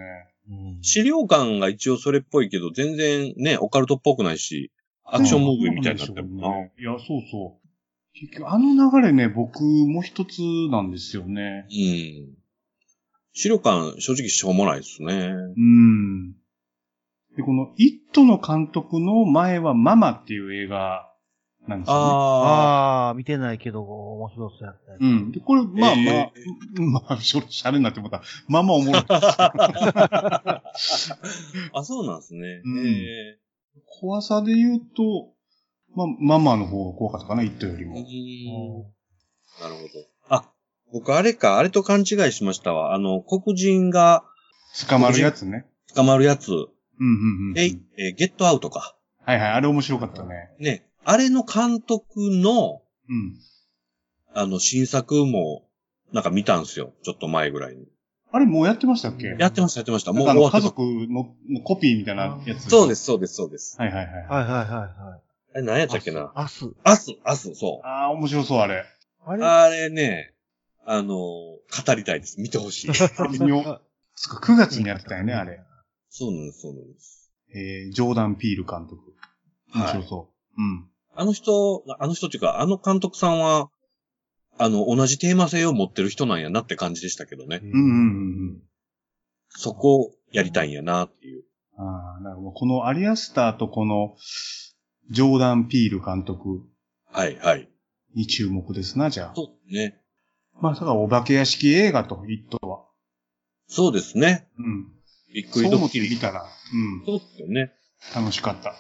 [SPEAKER 3] うん
[SPEAKER 1] 資料館が一応それっぽいけど、全然ね、オカルトっぽくないし、アクションムービーみたいになってるな。
[SPEAKER 2] いや、そうそう。結局、あの流れね、僕も一つなんですよね。
[SPEAKER 1] うん。資料館、正直しょうもないですね。
[SPEAKER 2] うん。で、この、イットの監督の前はママっていう映画なんですよね。
[SPEAKER 1] ああ。
[SPEAKER 3] ああ、見てないけど、面白そうやったね
[SPEAKER 2] うん。で、これ、まあまあ、
[SPEAKER 1] え
[SPEAKER 2] まあ、し (laughs) ょ、しゃれになってもった。まあまあ
[SPEAKER 1] (laughs)
[SPEAKER 2] おもろい。
[SPEAKER 1] あ、そうなんですね。
[SPEAKER 2] うん
[SPEAKER 1] え
[SPEAKER 2] 怖さで言うと、まあ、ママの方が怖かったかな、イットより
[SPEAKER 1] え
[SPEAKER 2] も。
[SPEAKER 3] うん
[SPEAKER 1] なるほど。あ、僕あれか、あれと勘違いしましたわ。あの、黒人が
[SPEAKER 2] 捕まるやつね。
[SPEAKER 1] 捕まるやつ、
[SPEAKER 2] うんうんうんうん。
[SPEAKER 1] えい、えーゲットアウトか。
[SPEAKER 2] はいはい、あれ面白かったね。
[SPEAKER 1] ね、あれの監督の、
[SPEAKER 2] うん。
[SPEAKER 1] あの、新作も、なんか見たんすよ。ちょっと前ぐらいに。
[SPEAKER 2] あれもうやってましたっけ
[SPEAKER 1] やってました、やってました。
[SPEAKER 2] な
[SPEAKER 1] も
[SPEAKER 2] ん
[SPEAKER 1] う
[SPEAKER 2] かあ
[SPEAKER 1] 終わ
[SPEAKER 2] の
[SPEAKER 1] って
[SPEAKER 2] 家
[SPEAKER 1] た。
[SPEAKER 2] 族ののコピーみたいなやつ。。
[SPEAKER 1] そうですす、そうです、そうです。
[SPEAKER 2] はいはいはい。
[SPEAKER 3] はいはいはいはい。
[SPEAKER 1] あれ何やったっけな。
[SPEAKER 3] 明日。
[SPEAKER 1] アス、アス、そ
[SPEAKER 2] ああ、面白そう、あれ。
[SPEAKER 3] あ
[SPEAKER 1] う。
[SPEAKER 3] れ
[SPEAKER 1] あれね、あのー、語りたいです。見てほ (laughs) しい。
[SPEAKER 2] (laughs) 微妙。そっか、9月にやってたよね、あれ。。
[SPEAKER 1] そうなんです、そうなんです。
[SPEAKER 2] えー、ジョーダン・ピール監督。面白そう。
[SPEAKER 1] あの人、あの人っていうか、あの監督さんは、あの、同じテーマ性を持ってる人なんやなって感じでしたけどね。
[SPEAKER 2] うん。うんうんうん
[SPEAKER 1] そこをやりたいんやなっていう。
[SPEAKER 2] うん。ああ、なるほど。このアリアスターとこの、ジョーダン・ピール監督
[SPEAKER 1] はい、はい。
[SPEAKER 2] に注目ですな、じゃあ。
[SPEAKER 1] そうですね。
[SPEAKER 2] まあ、だからお化け屋敷映画と、一等は。
[SPEAKER 1] そうですね。
[SPEAKER 2] うん。
[SPEAKER 1] びっくり
[SPEAKER 2] そう
[SPEAKER 1] ド
[SPEAKER 2] 思
[SPEAKER 1] ッ
[SPEAKER 2] って
[SPEAKER 1] キリ
[SPEAKER 2] 見。たら、う
[SPEAKER 1] そうですよね。
[SPEAKER 2] ん。楽しかった。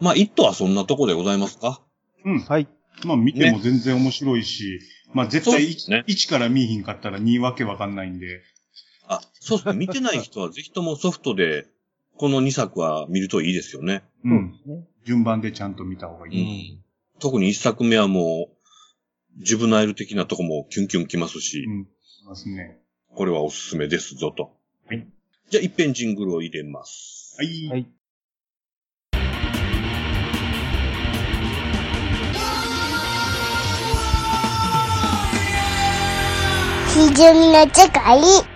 [SPEAKER 1] まあ、一頭はそんなとこでございますか
[SPEAKER 2] うん。
[SPEAKER 3] はい。
[SPEAKER 2] まあ、見ても全然面白いし、まあ、絶
[SPEAKER 1] そう
[SPEAKER 2] 対
[SPEAKER 1] ですね
[SPEAKER 2] 1,、一から見えひんかったら2わけわかんないんで。
[SPEAKER 1] あ、そうですね。見てない人はぜひともソフトで、この2作は見るといいですよね。
[SPEAKER 2] う
[SPEAKER 3] そうんで。すね。
[SPEAKER 2] 順番でちゃんと見た方がいい。
[SPEAKER 1] 特に1作目はもう、ジュブナイル的なとこもキュンキュンきますし、
[SPEAKER 2] うん。いますね。
[SPEAKER 1] これはおすすめですぞと。
[SPEAKER 2] はい。
[SPEAKER 1] じゃあ、一遍ジングルを入れます。
[SPEAKER 2] はい。
[SPEAKER 3] はい
[SPEAKER 4] ひじみの世界。